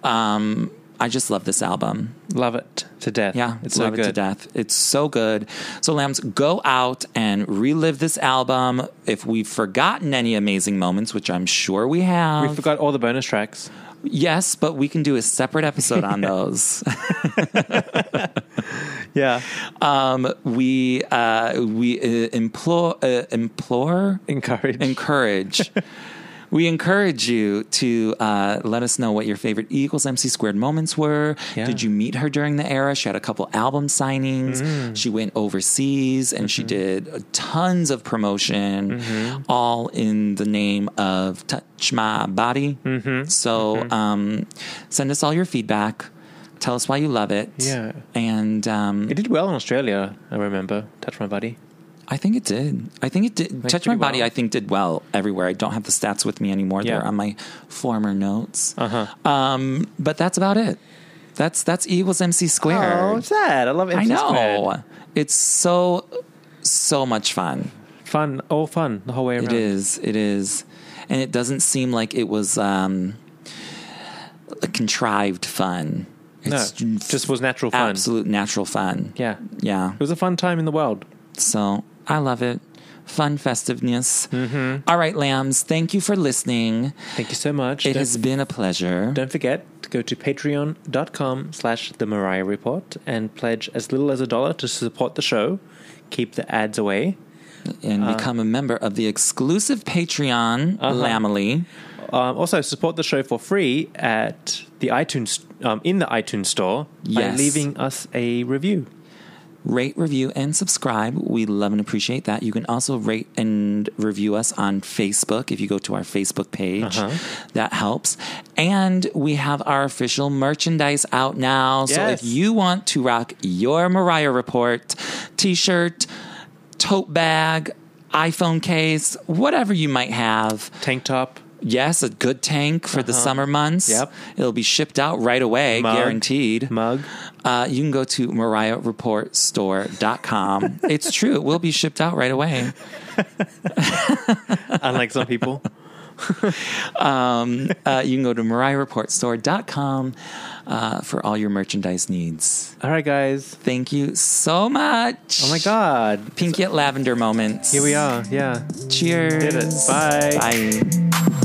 Speaker 2: Um, I just love this album.
Speaker 1: love it to death.
Speaker 2: Yeah,
Speaker 1: it's
Speaker 2: it's
Speaker 1: so
Speaker 2: love
Speaker 1: good.
Speaker 2: it to death. It's so good. So lambs, go out and relive this album. If we've forgotten any amazing moments, which I'm sure we have,
Speaker 1: We forgot all the bonus tracks.
Speaker 2: Yes, but we can do a separate episode on those.
Speaker 1: Yeah,
Speaker 2: um, we uh, we uh, implore uh, implore
Speaker 1: encourage.
Speaker 2: encourage. We encourage you to uh, let us know what your favorite E equals MC squared moments were.
Speaker 1: Yeah.
Speaker 2: Did you meet her during the era? She had a couple album signings.
Speaker 1: Mm.
Speaker 2: She went overseas and she
Speaker 1: Mm-hmm.
Speaker 2: did tons of promotion, all in the name of Touch My Body.
Speaker 1: Mm-hmm.
Speaker 2: So um, send us all your feedback. Tell us why you love it.
Speaker 1: Yeah.
Speaker 2: And um,
Speaker 1: it did well in Australia. I remember. Touch my body.
Speaker 2: I think it did. I think it did. Touch My
Speaker 1: pretty
Speaker 2: Body,
Speaker 1: well.
Speaker 2: I think, did well everywhere. I don't have the stats with me anymore.
Speaker 1: Yeah.
Speaker 2: They're on my former notes.
Speaker 1: Uh-huh.
Speaker 2: Um, but that's about it. That's that's E equals MC squared.
Speaker 1: Oh, sad. I love MC
Speaker 2: I know.
Speaker 1: Squared.
Speaker 2: It's so so much fun.
Speaker 1: Fun, all fun the whole way around.
Speaker 2: It is. It is. And it doesn't seem like it was um, a contrived fun.
Speaker 1: No, just was natural fun.
Speaker 2: Absolute natural fun.
Speaker 1: Yeah.
Speaker 2: Yeah.
Speaker 1: It was a fun time in the world.
Speaker 2: So I love it. Fun festiveness. Mm-hmm. right, lambs. Thank you for listening.
Speaker 1: Thank you so much.
Speaker 2: It
Speaker 1: don't,
Speaker 2: has been a pleasure.
Speaker 1: don't forget to go to patreon.com slash the Mariah Report and pledge as little as a dollar to support the show. Keep the ads away.
Speaker 2: and become a member of the exclusive Patreon
Speaker 1: Uh-huh.
Speaker 2: Lamely.
Speaker 1: Um, also, support the show for free at the iTunes um, in the iTunes store by
Speaker 2: Yes.
Speaker 1: leaving us a review.
Speaker 2: Rate, review, and subscribe. We love and appreciate that. You can also rate and review us on Facebook if you go to our Facebook page.
Speaker 1: Uh-huh.
Speaker 2: That helps. And we have our official merchandise out now. So
Speaker 1: Yes.
Speaker 2: if you want to rock your Mariah Report t shirt, tote bag, iPhone case, whatever you might have.
Speaker 1: Tank top.
Speaker 2: Yes, a good tank for the summer months.
Speaker 1: Uh-huh. Yep.
Speaker 2: It'll be shipped out right away,
Speaker 1: Mug.
Speaker 2: guaranteed.
Speaker 1: Mug.
Speaker 2: Uh, you can go to mariahreportstore.com. it's true. It will be shipped out right away.
Speaker 1: Unlike some people.
Speaker 2: um, uh, you can go to MariahReportStore.com uh, for all your merchandise needs.
Speaker 1: All right, guys.
Speaker 2: Thank you so much.
Speaker 1: Oh my God.
Speaker 2: Pinky at Lavender moments.
Speaker 1: Here we are. Yeah.
Speaker 2: Cheers.
Speaker 1: Did it. Bye.
Speaker 2: Bye.